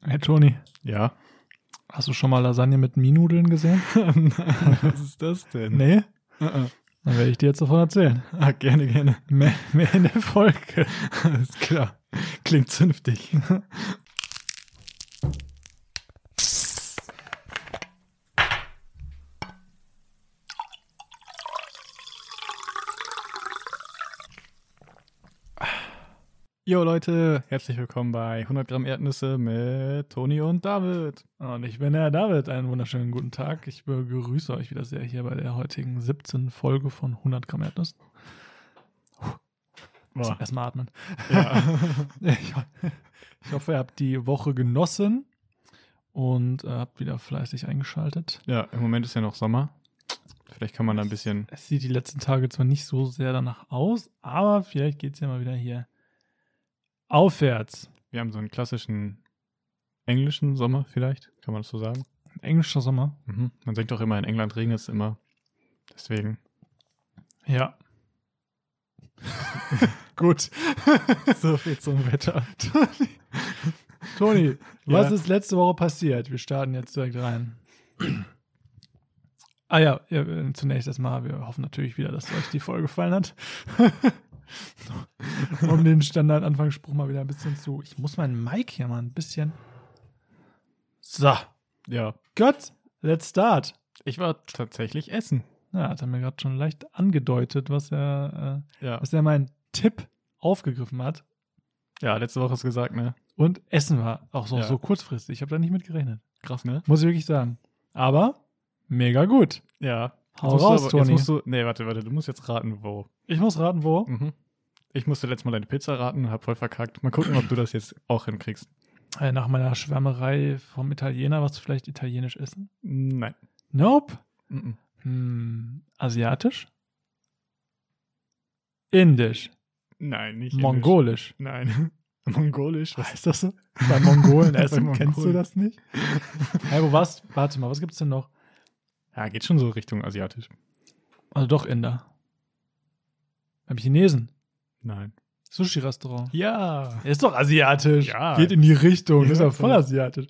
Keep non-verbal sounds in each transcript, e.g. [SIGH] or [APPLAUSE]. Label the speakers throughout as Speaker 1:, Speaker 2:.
Speaker 1: Hey Toni,
Speaker 2: Ja.
Speaker 1: hast du schon mal Lasagne mit Minudeln
Speaker 2: [LAUGHS]
Speaker 1: gesehen? [LAUGHS]
Speaker 2: Was ist das denn?
Speaker 1: Nee?
Speaker 2: Äh,
Speaker 1: Dann werde ich dir jetzt davon erzählen.
Speaker 2: Ah, gerne, gerne.
Speaker 1: Mehr, mehr in der Folge.
Speaker 2: Alles klar. Klingt zünftig. Jo Leute, herzlich willkommen bei 100 Gramm Erdnüsse mit Toni und David.
Speaker 1: Und ich bin der David. Einen wunderschönen guten Tag. Ich begrüße euch wieder sehr hier bei der heutigen 17. Folge von 100 Gramm Erdnuss.
Speaker 2: Boah.
Speaker 1: Erstmal atmen. [LAUGHS]
Speaker 2: Ja.
Speaker 1: Ich, ho- ich hoffe, ihr habt die Woche genossen und äh, habt wieder fleißig eingeschaltet.
Speaker 2: ja, im Moment ist ja noch Sommer. Vielleicht kann man da ein bisschen
Speaker 1: Es sieht die letzten Tage zwar nicht so sehr danach aus, aber vielleicht geht es ja mal wieder hier aufwärts.
Speaker 2: Wir haben so einen klassischen englischen Sommer vielleicht, kann man das so sagen.
Speaker 1: Englischer Sommer.
Speaker 2: Mhm. Man denkt auch immer, in England regnet es immer. Deswegen.
Speaker 1: Ja.
Speaker 2: [LAUGHS]
Speaker 1: Gut. so viel zum Wetter. Toni, was
Speaker 2: [LAUGHS] Ja.
Speaker 1: ist letzte Woche passiert? Wir starten jetzt direkt rein. [CLEARS THROAT] Ah ja, ja, äh, zunächst erstmal, wir hoffen natürlich wieder, dass euch die Folge gefallen hat. [LAUGHS] um den Standard-Anfangsspruch mal wieder ein bisschen zu. Ich muss meinen Mic hier mal ein bisschen. So,
Speaker 2: Ja.
Speaker 1: gut, let's start.
Speaker 2: Ich war tatsächlich essen.
Speaker 1: Ja, hat er mir gerade schon leicht angedeutet, was er, äh,
Speaker 2: Ja.
Speaker 1: was er meinen Tipp aufgegriffen hat.
Speaker 2: Ja, letzte Woche hast du gesagt, ne?
Speaker 1: Und Essen war auch so,
Speaker 2: Ja.
Speaker 1: so kurzfristig. Ich habe da nicht mit gerechnet.
Speaker 2: Krass, ne?
Speaker 1: Muss ich wirklich sagen. Aber mega gut.
Speaker 2: Ja.
Speaker 1: Hau
Speaker 2: musst du
Speaker 1: raus,
Speaker 2: aber-
Speaker 1: Toni.
Speaker 2: Jetzt musst du, nee, warte, warte, du musst jetzt raten, wo.
Speaker 1: Ich muss raten, wo.
Speaker 2: Mhm. Ich musste letztes Mal deine Pizza raten und hab voll verkackt. Mal gucken, ob du das jetzt auch hinkriegst.
Speaker 1: Äh, nach meiner Schwärmerei vom Italiener, was vielleicht italienisch essen?
Speaker 2: Nein.
Speaker 1: Nope.
Speaker 2: Mhm.
Speaker 1: Hm, asiatisch? Indisch.
Speaker 2: Nein, nicht. Indisch.
Speaker 1: Mongolisch.
Speaker 2: Nein. [LAUGHS] Mongolisch? Was?
Speaker 1: Heißt das so? Bei Mongolen
Speaker 2: Bei
Speaker 1: essen, kennst du
Speaker 2: Mongolen.
Speaker 1: das nicht? hey, wo warst Warte mal, was gibt's denn noch?
Speaker 2: Ja, geht schon so Richtung asiatisch.
Speaker 1: Also doch Inder. Beim Chinesen.
Speaker 2: Nein.
Speaker 1: Sushi-Restaurant.
Speaker 2: Ja.
Speaker 1: Ist doch asiatisch.
Speaker 2: Ja.
Speaker 1: Geht in die Richtung. ist ja
Speaker 2: Ja,
Speaker 1: voll
Speaker 2: voll.
Speaker 1: asiatisch.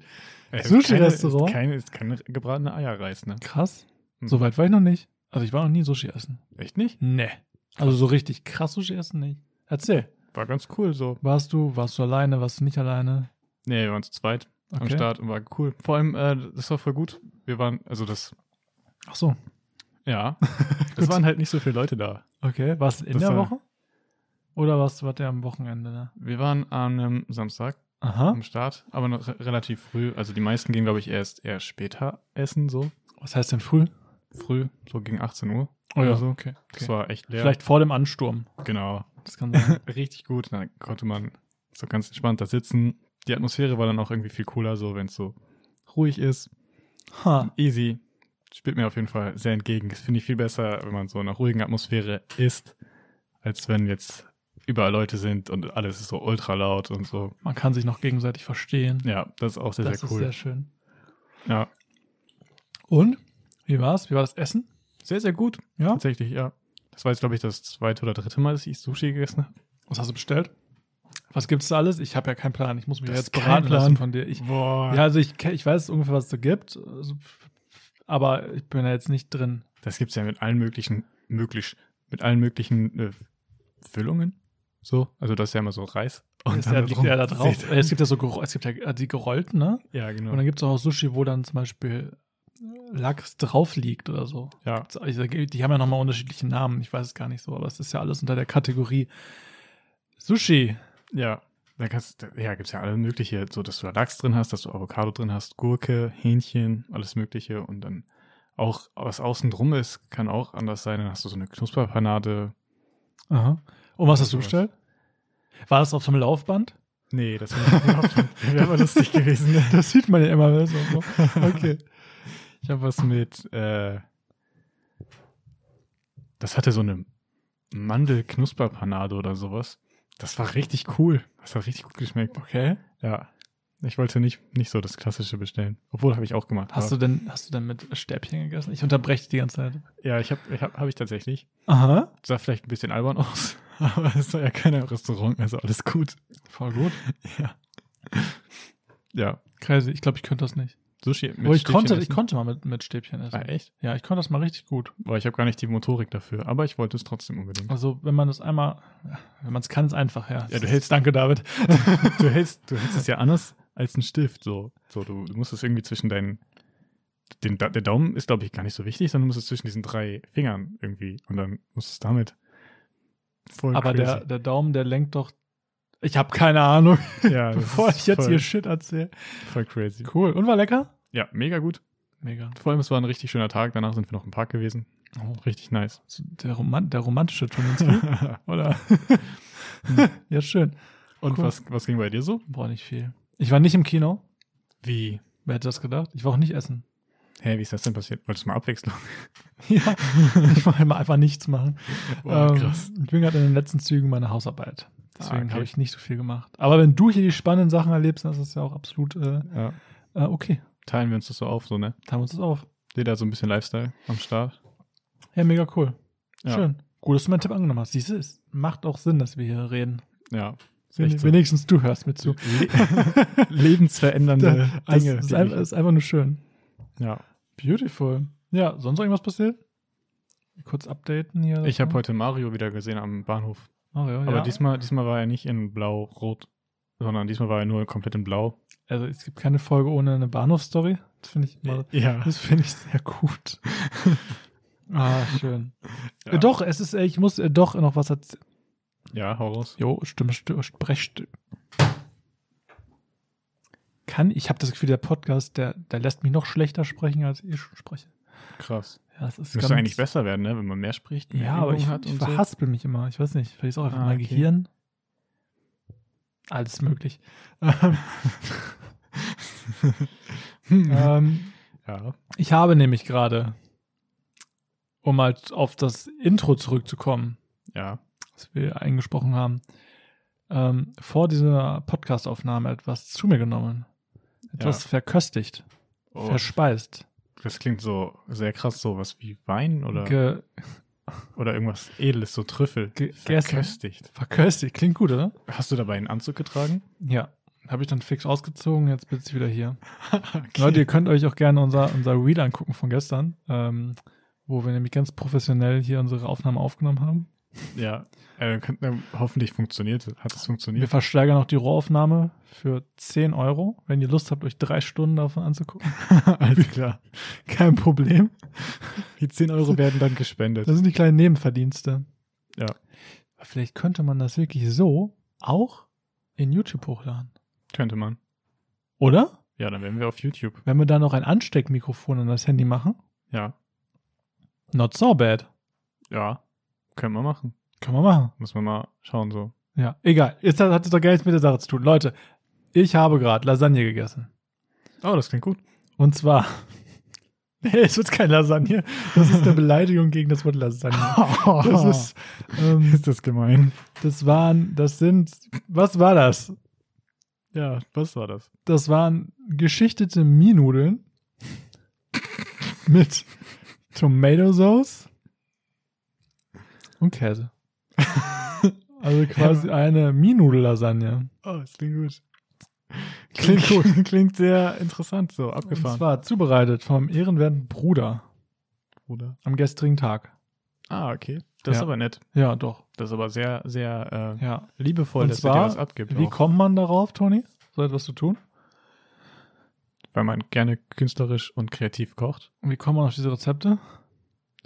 Speaker 2: Ey, ist
Speaker 1: Sushi-Restaurant?
Speaker 2: Äh, Keine, ist keine, ist keine gebratene Eierreis, ne?
Speaker 1: Krass.
Speaker 2: Hm.
Speaker 1: So weit war ich noch nicht. Also ich war noch nie Sushi essen.
Speaker 2: Echt nicht?
Speaker 1: Nee. Also so richtig krass Sushi essen nicht. Erzähl.
Speaker 2: War ganz cool so.
Speaker 1: Warst du, warst du alleine, warst du nicht alleine?
Speaker 2: Nee, wir waren zu zweit am
Speaker 1: Okay.
Speaker 2: Start und war cool. Vor allem, äh, das war voll gut. Wir waren, also das,
Speaker 1: Ach so.
Speaker 2: ja. [LAUGHS] es waren halt nicht so viele Leute da.
Speaker 1: Okay. Warst du in
Speaker 2: Das
Speaker 1: der
Speaker 2: war-
Speaker 1: Woche? Oder warst du wart ihr am Wochenende da?
Speaker 2: Wir waren an einem Samstag
Speaker 1: Aha.
Speaker 2: am Start, aber noch re- relativ früh. Also die meisten gingen, glaube ich, erst eher später essen, so
Speaker 1: Was heißt denn früh?
Speaker 2: früh, so gegen 18 Uhr.
Speaker 1: Oh ja,
Speaker 2: Oder so.
Speaker 1: okay. okay.
Speaker 2: Das war echt leer.
Speaker 1: Vielleicht vor dem Ansturm.
Speaker 2: Genau.
Speaker 1: Das kann sein.
Speaker 2: [LAUGHS] Richtig gut. Dann konnte man so ganz entspannt da sitzen. Die Atmosphäre war dann auch irgendwie viel cooler, so wenn es so ruhig ist.
Speaker 1: ha.
Speaker 2: Easy. Spielt mir auf jeden Fall sehr entgegen. Das finde ich viel besser, wenn man so in einer ruhigen Atmosphäre ist, als wenn jetzt überall Leute sind und alles ist so ultra laut und so.
Speaker 1: Man kann sich noch gegenseitig verstehen.
Speaker 2: Ja, das ist auch sehr,
Speaker 1: das
Speaker 2: sehr
Speaker 1: ist
Speaker 2: cool.
Speaker 1: sehr schön.
Speaker 2: ja.
Speaker 1: Und? Wie war's? Wie war das Essen?
Speaker 2: Sehr, sehr gut.
Speaker 1: Ja?
Speaker 2: Tatsächlich, ja. Das war jetzt, glaube ich, das zweite oder dritte Mal, dass ich Sushi gegessen habe.
Speaker 1: Was hast du bestellt? Was gibt's da alles? Ich habe ja keinen Plan. Ich muss mich
Speaker 2: Das
Speaker 1: jetzt
Speaker 2: ist kein
Speaker 1: beraten lassen
Speaker 2: Plan.
Speaker 1: von dir. Ich,
Speaker 2: Boah.
Speaker 1: ja, also ich, ke- ich weiß ungefähr, was es da gibt, also, aber ich bin da jetzt nicht drin.
Speaker 2: Das gibt es ja mit allen möglichen, möglich, mit allen möglichen äh, Füllungen. So. Also das ist ja immer so Reis.
Speaker 1: Und ja, liegt ja da drauf.
Speaker 2: Seht-
Speaker 1: Es gibt ja so Gero- es gibt ja äh, die gerollten, ne?
Speaker 2: Ja, genau.
Speaker 1: Und dann gibt's auch Sushi, wo dann zum Beispiel Lachs drauf liegt oder so.
Speaker 2: ja.
Speaker 1: Gibt's- ich sag, Die haben ja nochmal unterschiedliche Namen, ich weiß es gar nicht so, aber es ist ja alles unter der Kategorie Sushi.
Speaker 2: Ja, da kannst da- ja, gibt's ja alle mögliche, so dass du da Lachs drin hast, dass du Avocado drin hast, Gurke, Hähnchen, alles mögliche und dann auch was außen drum ist, kann auch anders sein. Dann hast du so eine Knusperpanade.
Speaker 1: Aha. Und was hast du
Speaker 2: Sowas.
Speaker 1: bestellt? War das auf so einem [LAUGHS] Laufband?
Speaker 2: Nee, das [LAUGHS] wäre aber lustig gewesen. ne?
Speaker 1: Das sieht man ja immer. ne? So, so. Okay.
Speaker 2: [LAUGHS] Ich habe was mit äh, das hatte so eine Mandelknusperpanade oder sowas. Das war richtig cool. Das hat richtig gut geschmeckt.
Speaker 1: Okay.
Speaker 2: Ja. Ich wollte nicht, nicht so das klassische bestellen. Obwohl habe ich auch gemacht.
Speaker 1: Hast
Speaker 2: aber-
Speaker 1: du denn, hast du denn mit Stäbchen gegessen? Ich unterbreche dich die ganze Zeit.
Speaker 2: Ja, ich habe ich hab, hab ich tatsächlich.
Speaker 1: Aha.
Speaker 2: Sah vielleicht ein bisschen albern aus, [LAUGHS] aber es war ja keiner im Restaurant, also alles gut.
Speaker 1: Voll gut.
Speaker 2: Ja,
Speaker 1: crazy. Ich glaube, ich könnte das nicht.
Speaker 2: Sushi mit
Speaker 1: Aber Oh, ich
Speaker 2: Stäbchen
Speaker 1: konnte,
Speaker 2: essen?
Speaker 1: ich konnte mal mit, mit Stäbchen essen.
Speaker 2: Ah, echt?
Speaker 1: Ja, ich konnte das mal richtig gut.
Speaker 2: Boah, ich habe gar nicht die Motorik dafür, aber ich wollte es trotzdem unbedingt.
Speaker 1: Also, wenn man das einmal, wenn man es kann, ist einfach, ja.
Speaker 2: Ja, du hältst-
Speaker 1: Danke, David.
Speaker 2: [LAUGHS] du, hältst, du hältst es ja anders als ein Stift. So, so du, du musst es irgendwie zwischen deinen. Den, Da- der Daumen ist, glaube ich, gar nicht so wichtig, sondern du musst es zwischen diesen drei Fingern irgendwie. Und dann musst du es damit. Voll
Speaker 1: Aber der,
Speaker 2: crazy.
Speaker 1: der Daumen, der lenkt doch. Ich habe keine Ahnung,
Speaker 2: [LAUGHS] ja, das
Speaker 1: bevor
Speaker 2: ist
Speaker 1: ich jetzt
Speaker 2: voll,
Speaker 1: hier Shit erzähle.
Speaker 2: Voll crazy.
Speaker 1: Cool. Und war lecker?
Speaker 2: Ja, mega gut.
Speaker 1: Mega.
Speaker 2: Vor allem, es war ein richtig schöner Tag. Danach sind wir noch im Park gewesen.
Speaker 1: Oh.
Speaker 2: Richtig [LAUGHS] nice.
Speaker 1: So, Der, Roman der romantische
Speaker 2: [LAUGHS]
Speaker 1: Tuninski, oder? ja, schön.
Speaker 2: Und
Speaker 1: Cool.
Speaker 2: was, was ging bei dir so?
Speaker 1: Boah, nicht viel. Ich war nicht im Kino.
Speaker 2: Wie?
Speaker 1: Wer hätte das gedacht? Ich war auch nicht essen. [LAUGHS]
Speaker 2: Hä, wie ist das denn passiert? Wolltest du mal [LAUGHS] Abwechslung?
Speaker 1: ja, ich wollte mal einfach nichts machen.
Speaker 2: Boah,
Speaker 1: ähm,
Speaker 2: Oh, krass.
Speaker 1: Ich bin gerade in den letzten Zügen meiner Hausarbeit. Deswegen
Speaker 2: Ah, okay.
Speaker 1: habe ich nicht so viel gemacht. Aber wenn du hier die spannenden Sachen erlebst, dann ist das ja auch absolut äh,
Speaker 2: Ja.
Speaker 1: äh, okay.
Speaker 2: Teilen wir uns das so auf, so, ne?
Speaker 1: Teilen wir uns das auf.
Speaker 2: Jeder so ein bisschen Lifestyle am Start.
Speaker 1: Ja, mega cool.
Speaker 2: Ja.
Speaker 1: Schön. Gut, dass du meinen Tipp angenommen hast. Siehst du, es macht auch Sinn, dass wir hier reden.
Speaker 2: Ja. Ist echt
Speaker 1: Wen-
Speaker 2: so.
Speaker 1: Wenigstens du hörst mir zu.
Speaker 2: Le [LAUGHS] lebensverändernde
Speaker 1: das
Speaker 2: Dinge.
Speaker 1: ist,
Speaker 2: die
Speaker 1: einfach, ist einfach nur schön.
Speaker 2: ich ja.
Speaker 1: Beautiful. Ja, sonst irgendwas passiert? Kurz updaten hier.
Speaker 2: ich habe heute Mario wieder gesehen am Bahnhof.
Speaker 1: Mario,
Speaker 2: Aber
Speaker 1: ja.
Speaker 2: diesmal, diesmal war er nicht in blau-rot, sondern diesmal war er nur komplett in blau.
Speaker 1: Also es gibt keine Folge ohne eine Bahnhofsstory. Das finde ich immer,
Speaker 2: Ja.
Speaker 1: das finde ich sehr
Speaker 2: [LAUGHS]
Speaker 1: gut. ah, schön.
Speaker 2: Ja.
Speaker 1: Äh, Doch, es ist, äh, ich muss äh, doch noch was erzählen.
Speaker 2: Ja, hau raus.
Speaker 1: Jo, Stimme, Stimme, Sprechstimme. Kann, ich habe das Gefühl, der Podcast, der, der lässt mich noch schlechter sprechen, als ich schon spreche.
Speaker 2: Krass.
Speaker 1: Ja, das ist
Speaker 2: Müsste eigentlich besser werden, ne? wenn man mehr spricht. Mehr
Speaker 1: Ja, aber
Speaker 2: Übung
Speaker 1: ich,
Speaker 2: hat
Speaker 1: ich
Speaker 2: und so. [LAUGHS]
Speaker 1: verhaspel mich immer. Ich weiß nicht. Vielleicht ist auch einfach
Speaker 2: Ah,
Speaker 1: mein
Speaker 2: okay.
Speaker 1: Gehirn. Alles möglich. [LAUGHS] Ähm,
Speaker 2: Hm.
Speaker 1: ähm,
Speaker 2: ja.
Speaker 1: ich habe nämlich gerade, um mal auf das Intro zurückzukommen,
Speaker 2: ja.
Speaker 1: was wir eingesprochen haben, ähm, vor dieser Podcastaufnahme etwas zu mir genommen. Etwas verköstigt,
Speaker 2: Oh,
Speaker 1: verspeist.
Speaker 2: das klingt so sehr krass, so was wie Wein oder,
Speaker 1: Ge
Speaker 2: oder irgendwas Edles, so Trüffel.
Speaker 1: Gegessen.
Speaker 2: Verköstigt.
Speaker 1: verköstigt. Klingt gut, oder?
Speaker 2: Hast du dabei einen Anzug getragen?
Speaker 1: Ja. Habe ich dann fix ausgezogen, jetzt bin ich wieder hier.
Speaker 2: okay.
Speaker 1: [LAUGHS] Leute, ihr könnt euch auch gerne unser, unser Reel angucken von gestern, ähm, wo wir nämlich ganz professionell hier unsere Aufnahmen aufgenommen haben.
Speaker 2: Ja, äh, könnt, äh, hoffentlich funktioniert es. Hat es
Speaker 1: Wir
Speaker 2: funktioniert?
Speaker 1: versteigern auch die Rohaufnahme für 10 Euro. Wenn ihr Lust habt, euch drei Stunden davon anzugucken,
Speaker 2: [LAUGHS] Alles klar.
Speaker 1: kein Problem.
Speaker 2: Die 10 Euro werden dann gespendet.
Speaker 1: Das sind die kleinen Nebenverdienste.
Speaker 2: Ja.
Speaker 1: Aber Vielleicht könnte man das wirklich so auch in YouTube hochladen.
Speaker 2: Könnte man.
Speaker 1: Oder?
Speaker 2: Ja, dann wären wir auf YouTube.
Speaker 1: Wenn wir da noch ein Ansteckmikrofon an das Handy machen.
Speaker 2: Ja.
Speaker 1: Not so bad.
Speaker 2: Ja. Können wir machen.
Speaker 1: Können wir machen.
Speaker 2: Muss man mal schauen so.
Speaker 1: Ja, egal. Ist, das hat es doch gar nichts mit der Sache zu tun. Leute, ich habe gerade Lasagne gegessen.
Speaker 2: Oh, das klingt [LAUGHS] gut.
Speaker 1: Und zwar. [LAUGHS] Nee, es wird kein Lasagne. Das ist eine Beleidigung gegen das Wort
Speaker 2: [LAUGHS]
Speaker 1: Lasagne. Das ist. Ähm,
Speaker 2: das gemein?
Speaker 1: das waren. Das sind. Was war das?
Speaker 2: Ja, was war das?
Speaker 1: Das waren geschichtete Mienudeln mit Tomato Sauce und [LAUGHS] Käse. Also quasi eine Mienudel-Lasagne.
Speaker 2: Oh, das klingt gut.
Speaker 1: Klingt
Speaker 2: gut. [LAUGHS] klingt sehr interessant so.
Speaker 1: Und
Speaker 2: Abgefahren.
Speaker 1: zwar zubereitet vom ehrenwerten Bruder
Speaker 2: Bruder.
Speaker 1: am gestrigen Tag.
Speaker 2: Ah, okay. Das ist
Speaker 1: Ja.
Speaker 2: aber nett.
Speaker 1: Ja, doch.
Speaker 2: Das ist aber sehr, sehr äh,
Speaker 1: Ja.
Speaker 2: liebevoll,
Speaker 1: Und
Speaker 2: dass
Speaker 1: zwar,
Speaker 2: er dir was abgibt.
Speaker 1: Wie
Speaker 2: auch.
Speaker 1: kommt man darauf, Toni, so etwas zu tun?
Speaker 2: Weil man gerne künstlerisch und kreativ kocht.
Speaker 1: Und wie kommt man auf diese Rezepte?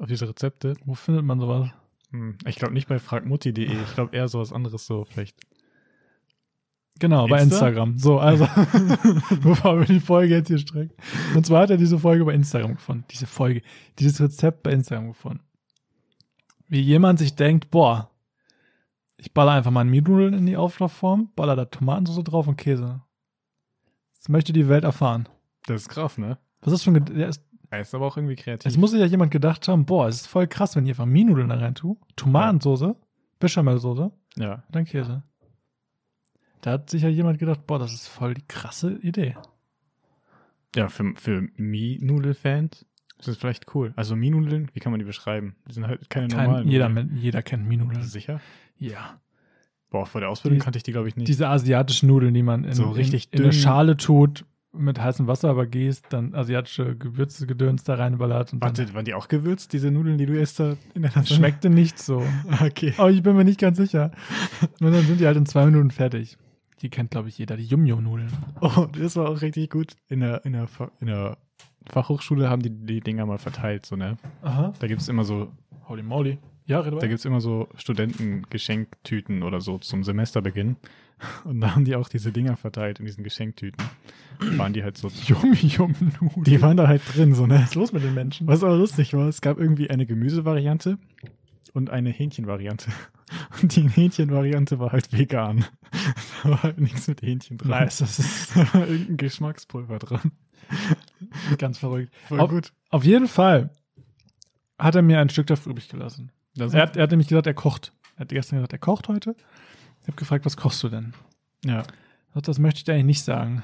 Speaker 2: Auf diese Rezepte.
Speaker 1: Wo findet man sowas?
Speaker 2: Hm, Ich glaube nicht bei fragmutti.de, ich glaube eher sowas anderes so vielleicht.
Speaker 1: Genau, bei
Speaker 2: Insta?
Speaker 1: Instagram. So, also, [LAUGHS] bevor wir die Folge jetzt hier strecken. Und zwar hat er diese Folge bei Instagram gefunden. Diese Folge, dieses Rezept bei Instagram gefunden. Wie jemand sich denkt, boah, ich baller einfach mal einen Mienudeln in die Auflaufform, baller da Tomatensauce drauf und Käse. Das möchte die Welt erfahren.
Speaker 2: Das ist krass, ne?
Speaker 1: Was ist schon, ged- der ist
Speaker 2: Er ist aber auch irgendwie
Speaker 1: Es
Speaker 2: kreativ.
Speaker 1: muss sich ja jemand gedacht haben, boah, es ist voll krass, wenn ich einfach Minudeln da rein tue, Tomatensoße, Bechamelsoße und
Speaker 2: Ja.
Speaker 1: dann Käse. Da hat sich ja jemand gedacht, boah, das ist voll die krasse Idee.
Speaker 2: Ja, für, für Mie-Nudel-Fans ist das vielleicht cool. Also Mie-Nudeln, wie kann man die beschreiben? Die sind halt keine
Speaker 1: Kein,
Speaker 2: normalen.
Speaker 1: jeder,
Speaker 2: Nudeln.
Speaker 1: Men- jeder kennt Minudeln.
Speaker 2: Sicher?
Speaker 1: Ja.
Speaker 2: Boah, vor der Ausbildung
Speaker 1: Die-
Speaker 2: kannte ich die, glaube ich, nicht.
Speaker 1: Diese asiatischen Nudeln, die man in,
Speaker 2: So richtig
Speaker 1: in, in eine
Speaker 2: dünn.
Speaker 1: Schale tut, mit heißem Wasser aber gehst, dann asiatische Gewürze gedöns da reinballert und dann
Speaker 2: Warte, waren die auch gewürzt, diese Nudeln, die du isst da in deiner Sonne? [LAUGHS]
Speaker 1: schmeckte nicht so.
Speaker 2: Okay.
Speaker 1: Aber ich bin mir nicht ganz sicher. Und dann sind die halt in zwei Minuten fertig. Die kennt, glaube ich, jeder, die Yum-Yum-Nudeln.
Speaker 2: Oh, das war auch richtig gut. In der, in der, Fa- in der Fachhochschule haben die die Dinger mal verteilt, so, ne?
Speaker 1: Aha.
Speaker 2: Da gibt's immer so,
Speaker 1: Holy moly. Ja, red
Speaker 2: da gibt's immer so Studentengeschenktüten oder so zum Semesterbeginn. [LAUGHS] Und da haben die auch diese Dinger verteilt in diesen Geschenktüten. Waren die halt so,
Speaker 1: Yum-Yum-Nudeln.
Speaker 2: die waren da halt drin, so, ne?
Speaker 1: Was ist los mit den Menschen?
Speaker 2: Was aber lustig war, es gab irgendwie eine Gemüsevariante und eine Hähnchenvariante. [LAUGHS] Und die Hähnchenvariante war halt vegan. [LAUGHS] Da war halt nichts mit Hähnchen dran.
Speaker 1: Nice, das ist [LAUGHS]
Speaker 2: Da war irgendein Geschmackspulver dran.
Speaker 1: ganz verrückt.
Speaker 2: Voll
Speaker 1: Auf-
Speaker 2: gut.
Speaker 1: Auf jeden Fall hat er mir ein Stück dafür übrig gelassen. Also
Speaker 2: Das
Speaker 1: Er hat, er hat nämlich gesagt, er kocht. Er hat gestern gesagt, er kocht heute. Ich habe gefragt, was kochst du denn?
Speaker 2: ja.
Speaker 1: Er sagt, Das möchte ich dir eigentlich nicht sagen.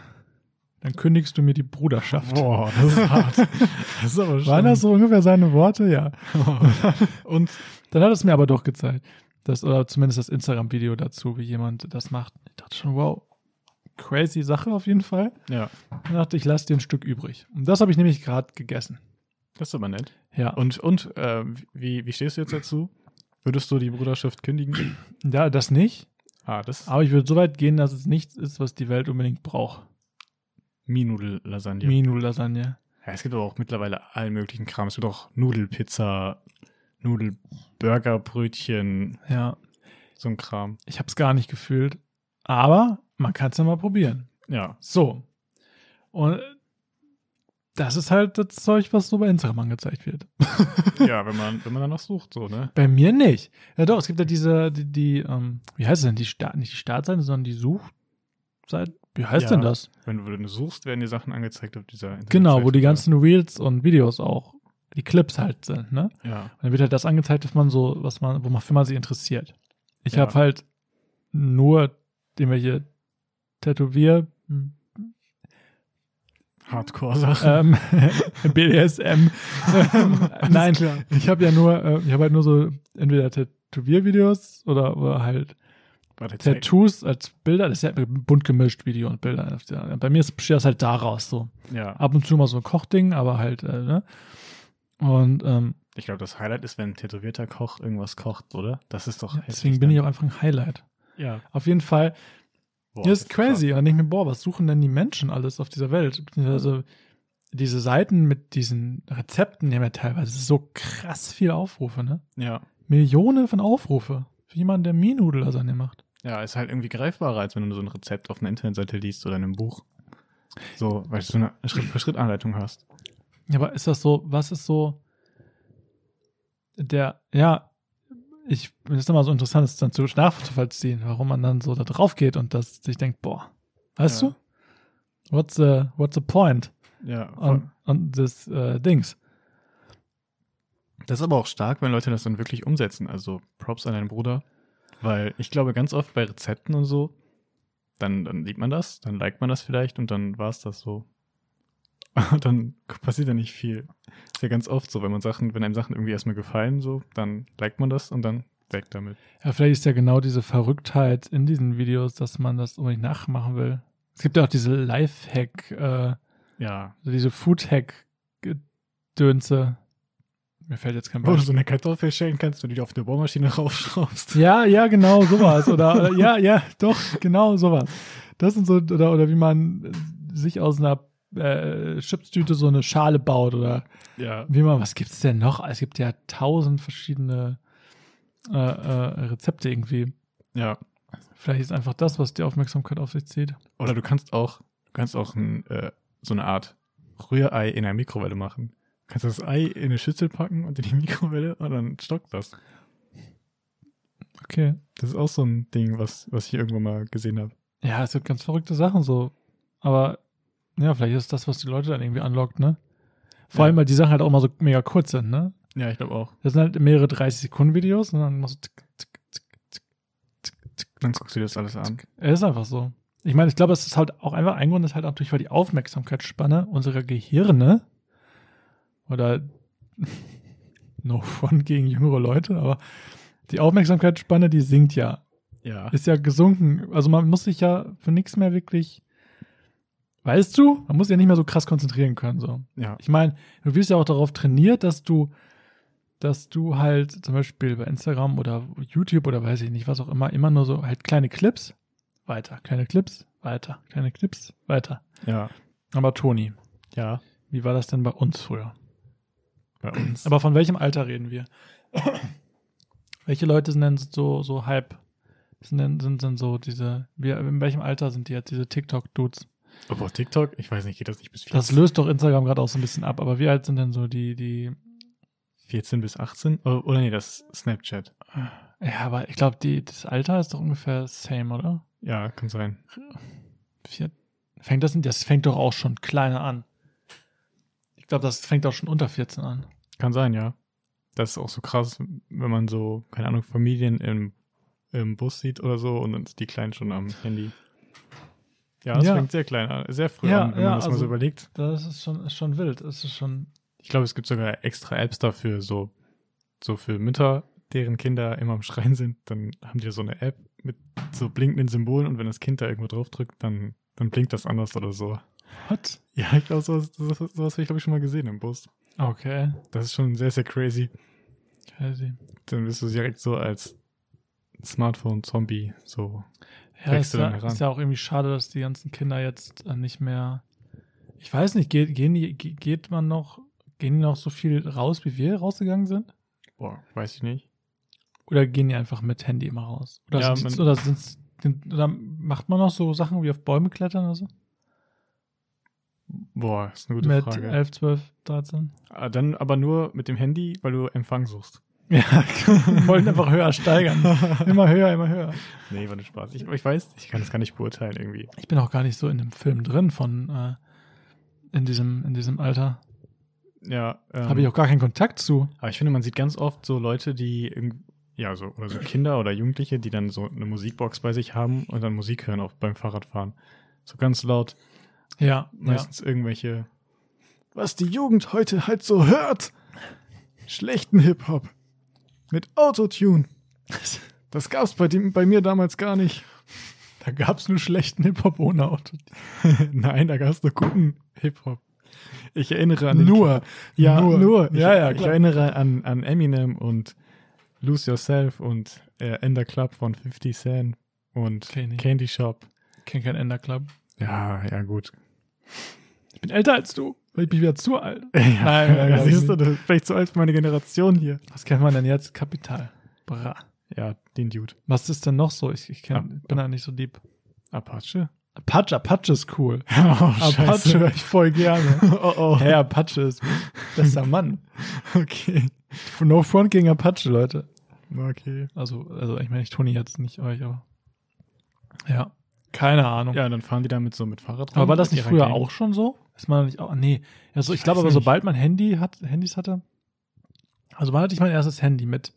Speaker 1: Dann kündigst du mir die Bruderschaft.
Speaker 2: Boah, das ist hart. [LAUGHS] Das ist aber schon.
Speaker 1: Waren das so ungefähr seine Worte? Ja.
Speaker 2: [LAUGHS] Und
Speaker 1: Dann hat es mir aber doch gezeigt. Das, oder zumindest das Instagram-Video dazu, wie jemand das macht. Ich dachte schon, wow, crazy Sache auf jeden Fall.
Speaker 2: ja,
Speaker 1: Dann dachte ich, lass dir ein Stück übrig. Und das habe ich nämlich gerade gegessen.
Speaker 2: das ist aber nett.
Speaker 1: Ja. Und
Speaker 2: Und, und äh, wie, wie stehst du jetzt dazu? Würdest du die Bruderschaft kündigen?
Speaker 1: [CLEARS THROAT] ja, das nicht.
Speaker 2: Ah, das ist
Speaker 1: Aber ich würde so weit gehen, dass es nichts ist, was die Welt unbedingt braucht.
Speaker 2: Minudel-Lasagne.
Speaker 1: Wie Nudellasagne.
Speaker 2: Ja, es gibt aber auch mittlerweile allen möglichen Kram. Es gibt auch Nudelpizza, Nudelburgerbrötchen,
Speaker 1: Ja.
Speaker 2: so ein Kram.
Speaker 1: Ich habe es gar nicht gefühlt. Aber man kann es ja mal probieren. [LAUGHS]
Speaker 2: Ja,
Speaker 1: So. Und das ist halt das Zeug, was so bei Instagram angezeigt wird.
Speaker 2: ja, wenn man wenn man danach sucht, so ne.
Speaker 1: Bei mir nicht. Ja doch, es gibt ja diese, die, die ähm, wie heißt es denn, die Sta nicht die Startseite, sondern die Suchseite. Wie heißt
Speaker 2: Ja,
Speaker 1: denn das?
Speaker 2: Wenn du du suchst, werden dir Sachen angezeigt auf dieser. Internetseite.
Speaker 1: Genau, wo die ganzen Reels und Videos auch, die Clips halt sind, ne?
Speaker 2: Ja,
Speaker 1: Und dann wird halt das angezeigt, was man so, was man, wo man für man sich interessiert. Ich
Speaker 2: Ja.
Speaker 1: habe halt nur irgendwelche Tätowier,
Speaker 2: Hm. Hardcore-Sachen.
Speaker 1: ähm,
Speaker 2: [LAUGHS]
Speaker 1: BDSM. ähm, Nein, ich habe ja nur, äh, ich habe halt nur so entweder Tätowiervideos oder, oder halt
Speaker 2: Warte, zeig-
Speaker 1: Tattoos als Bilder. Das ist ja bunt gemischt, Video und Bilder. auf der- Bei mir ist- besteht das halt daraus so.
Speaker 2: Ja,
Speaker 1: Ab und zu mal so ein Kochding, aber halt, äh, ne? Und ähm,
Speaker 2: ich glaube, das Highlight ist, wenn ein tätowierter Koch irgendwas kocht, oder? Das ist doch.
Speaker 1: deswegen bin ich auch einfach ein Highlight.
Speaker 2: Ja.
Speaker 1: Auf jeden Fall
Speaker 2: Boah,
Speaker 1: Ja, ist
Speaker 2: das
Speaker 1: crazy. Und dann denke ich mir, boah, was suchen denn die Menschen alles auf dieser Welt? Beziehungsweise diese Seiten mit diesen Rezepten, die haben ja teilweise so krass viele Aufrufe, ne?
Speaker 2: Ja.
Speaker 1: Millionen von Aufrufe für jemanden, der Mienudellasagne macht.
Speaker 2: Ja, ist halt irgendwie greifbarer, als wenn du so ein Rezept auf einer Internetseite liest oder in einem Buch. So, weil du so eine Schritt-für-Schritt-Anleitung hast.
Speaker 1: Ja, aber ist das so, was ist so der, ja, ich, das ist immer so interessant, es dann zu nachzuvollziehen, warum man dann so da drauf geht und das sich denkt, boah, weißt
Speaker 2: Ja.
Speaker 1: du? What's the, what's the point Ähm,
Speaker 2: Ja. voll.
Speaker 1: on, on this äh, Dings?
Speaker 2: Das ist aber auch stark, wenn Leute das dann wirklich umsetzen. Also Props an deinen Bruder. Weil ich glaube, ganz oft bei Rezepten und so, dann, dann sieht man das, dann liked man das vielleicht und dann war es das so. [LAUGHS] Und dann passiert ja nicht viel. Ist ja ganz oft so, wenn man Sachen, wenn einem Sachen irgendwie erstmal gefallen, so, dann liked man das und dann weg damit.
Speaker 1: Ja, vielleicht ist ja genau diese Verrücktheit in diesen Videos, dass man das unbedingt nachmachen will. Es gibt ja auch diese Lifehack, äh,
Speaker 2: Ja.
Speaker 1: so diese Foodhack-Dönse. Mir fällt jetzt kein
Speaker 2: Wo du
Speaker 1: Beispiel.
Speaker 2: so eine Kartoffel schälen kannst, wenn du die auf eine Bohrmaschine [LAUGHS] raufschraubst.
Speaker 1: Ja, ja, genau, sowas. Oder, oder ja, ja, doch, genau, sowas. Das sind so, oder, oder wie man äh, sich aus einer äh, Chipstüte so eine Schale baut oder
Speaker 2: Ja.
Speaker 1: wie man, was gibt's denn noch? Es gibt ja tausend verschiedene äh, äh, Rezepte irgendwie.
Speaker 2: Ja.
Speaker 1: Vielleicht ist einfach das, was die Aufmerksamkeit auf sich zieht.
Speaker 2: Oder du kannst auch, du kannst auch ein, äh, so eine Art Rührei in der Mikrowelle machen. Du kannst das Ei in eine Schüssel packen und in die [LAUGHS] Mikrowelle und dann stockt das.
Speaker 1: Okay.
Speaker 2: Das ist auch so ein Ding, was, was ich irgendwo mal gesehen habe.
Speaker 1: Ja, es gibt ganz verrückte Sachen so. Aber ja, vielleicht ist das, was die Leute dann irgendwie anlockt, ne? Vor
Speaker 2: Ja.
Speaker 1: allem, weil die Sachen halt auch mal so mega kurz sind, ne?
Speaker 2: Ja, ich glaube auch.
Speaker 1: Das sind halt mehrere 30-Sekunden-Videos und dann machst du tick, tick, tick, tick, tick, tick.
Speaker 2: Dann guckst du dir das alles an.
Speaker 1: Es ist einfach so. Ich meine, ich glaube, es ist halt auch einfach ein Grund, ist halt natürlich, weil die Aufmerksamkeitsspanne unserer Gehirne oder [LAUGHS] no front gegen jüngere Leute, aber die Aufmerksamkeitsspanne, die sinkt ja [LAUGHS]
Speaker 2: Ja.
Speaker 1: ist ja gesunken. Also man muss sich ja für nichts mehr wirklich Weißt du, man muss ja nicht mehr so krass konzentrieren können. So.
Speaker 2: Ja.
Speaker 1: Ich meine, du wirst ja auch darauf trainiert, dass du, dass du halt zum Beispiel bei Instagram oder YouTube oder weiß ich nicht, was auch immer, immer nur so halt kleine Clips, weiter, kleine Clips, weiter, kleine Clips, weiter.
Speaker 2: Ja.
Speaker 1: Aber Toni,
Speaker 2: Ja.
Speaker 1: wie war das denn bei uns früher?
Speaker 2: Bei uns.
Speaker 1: Aber von welchem Alter reden wir? [COUGHS] Welche Leute sind denn so, so halb? Sind denn, sind denn so diese, wie, in welchem Alter sind die jetzt, diese TikTok-Dudes?
Speaker 2: Obwohl TikTok, ich weiß nicht, geht das nicht bis 14,
Speaker 1: Das löst doch Instagram gerade auch so ein bisschen ab, aber wie alt sind denn so die, die,
Speaker 2: 14 bis 18? Oder, oder nee, das ist Snapchat.
Speaker 1: ja, aber ich glaube, die, das Alter ist doch ungefähr same, oder?
Speaker 2: Ja, kann sein.
Speaker 1: Vier, fängt das, das fängt doch auch schon kleiner an. Ich glaube, das fängt auch schon unter 14 an.
Speaker 2: Kann sein, ja. Das ist auch so krass, wenn man so, keine Ahnung, Familien im, im Bus sieht oder so und dann sind die Kleinen schon am Handy. Ja, das
Speaker 1: Ja.
Speaker 2: fängt sehr klein an, sehr früh
Speaker 1: Ja,
Speaker 2: an, wenn
Speaker 1: ja,
Speaker 2: man das mal
Speaker 1: also-
Speaker 2: so überlegt.
Speaker 1: Das ist schon, ist schon wild. Es ist schon,
Speaker 2: Ich glaube, es gibt sogar extra Apps dafür, so, so für Mütter, deren Kinder immer am Schreien sind, dann haben die da so eine App mit so blinkenden Symbolen und wenn das Kind da irgendwo drauf drückt, dann, dann blinkt das anders oder so.
Speaker 1: what?
Speaker 2: Ja, ich glaube, sowas, sowas, sowas habe ich, glaube ich, schon mal gesehen im Bus.
Speaker 1: Okay.
Speaker 2: Das ist schon sehr, sehr crazy.
Speaker 1: Crazy.
Speaker 2: Dann bist du direkt so als Smartphone-Zombie, so.
Speaker 1: Ja,
Speaker 2: Kriegst
Speaker 1: ist
Speaker 2: du dann
Speaker 1: ja,
Speaker 2: heran.
Speaker 1: ist ja auch irgendwie schade, dass die ganzen Kinder jetzt äh, nicht mehr. Ich weiß nicht, geht, gehen die, ge- geht man noch, gehen die noch so viel raus, wie wir rausgegangen sind?
Speaker 2: Boah, weiß ich nicht.
Speaker 1: Oder gehen die einfach mit Handy immer raus? Oder,
Speaker 2: Ja,
Speaker 1: sind's-
Speaker 2: man-
Speaker 1: oder, sind's, oder macht man noch so Sachen wie auf Bäume klettern oder so?
Speaker 2: Boah, ist eine gute
Speaker 1: mit äh,
Speaker 2: Frage.
Speaker 1: 11, 12, 13?
Speaker 2: Ah, Dann aber nur mit dem Handy, weil du Empfang suchst.
Speaker 1: Ja, [LAUGHS] wollen einfach höher steigern. Immer höher, immer höher.
Speaker 2: nee, war nur Spaß. Ich, ich weiß, ich kann das gar nicht beurteilen irgendwie.
Speaker 1: Ich bin auch gar nicht so in dem Film drin von äh, in diesem, in diesem Alter.
Speaker 2: Ja, ähm,
Speaker 1: Habe ich auch gar keinen Kontakt zu.
Speaker 2: Aber ich finde, man sieht ganz oft so Leute, die irgend- ja so oder so Kinder oder Jugendliche, die dann so eine Musikbox bei sich haben und dann Musik hören auf beim Fahrradfahren. So ganz laut,
Speaker 1: Ja, ja.
Speaker 2: meistens irgendwelche was die Jugend heute halt so hört. Schlechten Hip-Hop mit Autotune. Das gab's bei dem bei mir damals gar nicht. [LAUGHS]
Speaker 1: Da gab es nur schlechten Hip-Hop ohne Auto.
Speaker 2: Nein, da gab's nur guten Hip-Hop. Ich erinnere an den
Speaker 1: Nur.
Speaker 2: Ja, nur. Ich,
Speaker 1: Ja, ja,
Speaker 2: ich
Speaker 1: klar.
Speaker 2: erinnere an, an Eminem und Lose Yourself und äh, Ender Club von 50 Cent und
Speaker 1: Kenn ich.
Speaker 2: Candy Shop.
Speaker 1: Ich kenne keinen Ender Club.
Speaker 2: Ja, ja, [LAUGHS] gut.
Speaker 1: Ich bin älter als du. Vielleicht bin ich wieder zu alt.
Speaker 2: Ja,
Speaker 1: Nein, nein,
Speaker 2: ja,
Speaker 1: nein,
Speaker 2: siehst du,
Speaker 1: nein.
Speaker 2: du bist vielleicht zu alt für meine Generation hier.
Speaker 1: Was kennt man denn jetzt? Kapital. Bra.
Speaker 2: Ja, den Dude.
Speaker 1: Was ist denn noch so? Ich, ich kenn,
Speaker 2: Ah,
Speaker 1: bin da nicht so deep.
Speaker 2: Apache?
Speaker 1: Apache, Apache ist cool.
Speaker 2: [LAUGHS] Oh,
Speaker 1: Apache höre ich voll gerne.
Speaker 2: [LAUGHS] Oh, oh.
Speaker 1: hey, Apache ist bester Mann.
Speaker 2: Okay.
Speaker 1: No front gegen Apache, Leute.
Speaker 2: Okay.
Speaker 1: Also, also ich meine, ich Toni jetzt nicht euch, aber. Ja. Keine Ahnung.
Speaker 2: Ja, und dann fahren die damit so mit Fahrrad rum.
Speaker 1: Aber war das
Speaker 2: mit
Speaker 1: nicht
Speaker 2: ihrer
Speaker 1: früher
Speaker 2: Gang.
Speaker 1: auch schon so? Ist man nicht auch. Nee. Also ich,
Speaker 2: Ich
Speaker 1: glaube
Speaker 2: weiß
Speaker 1: aber,
Speaker 2: nicht.
Speaker 1: sobald man Handy hat, Handys hatte. Also wann hatte ich mein erstes Handy mit?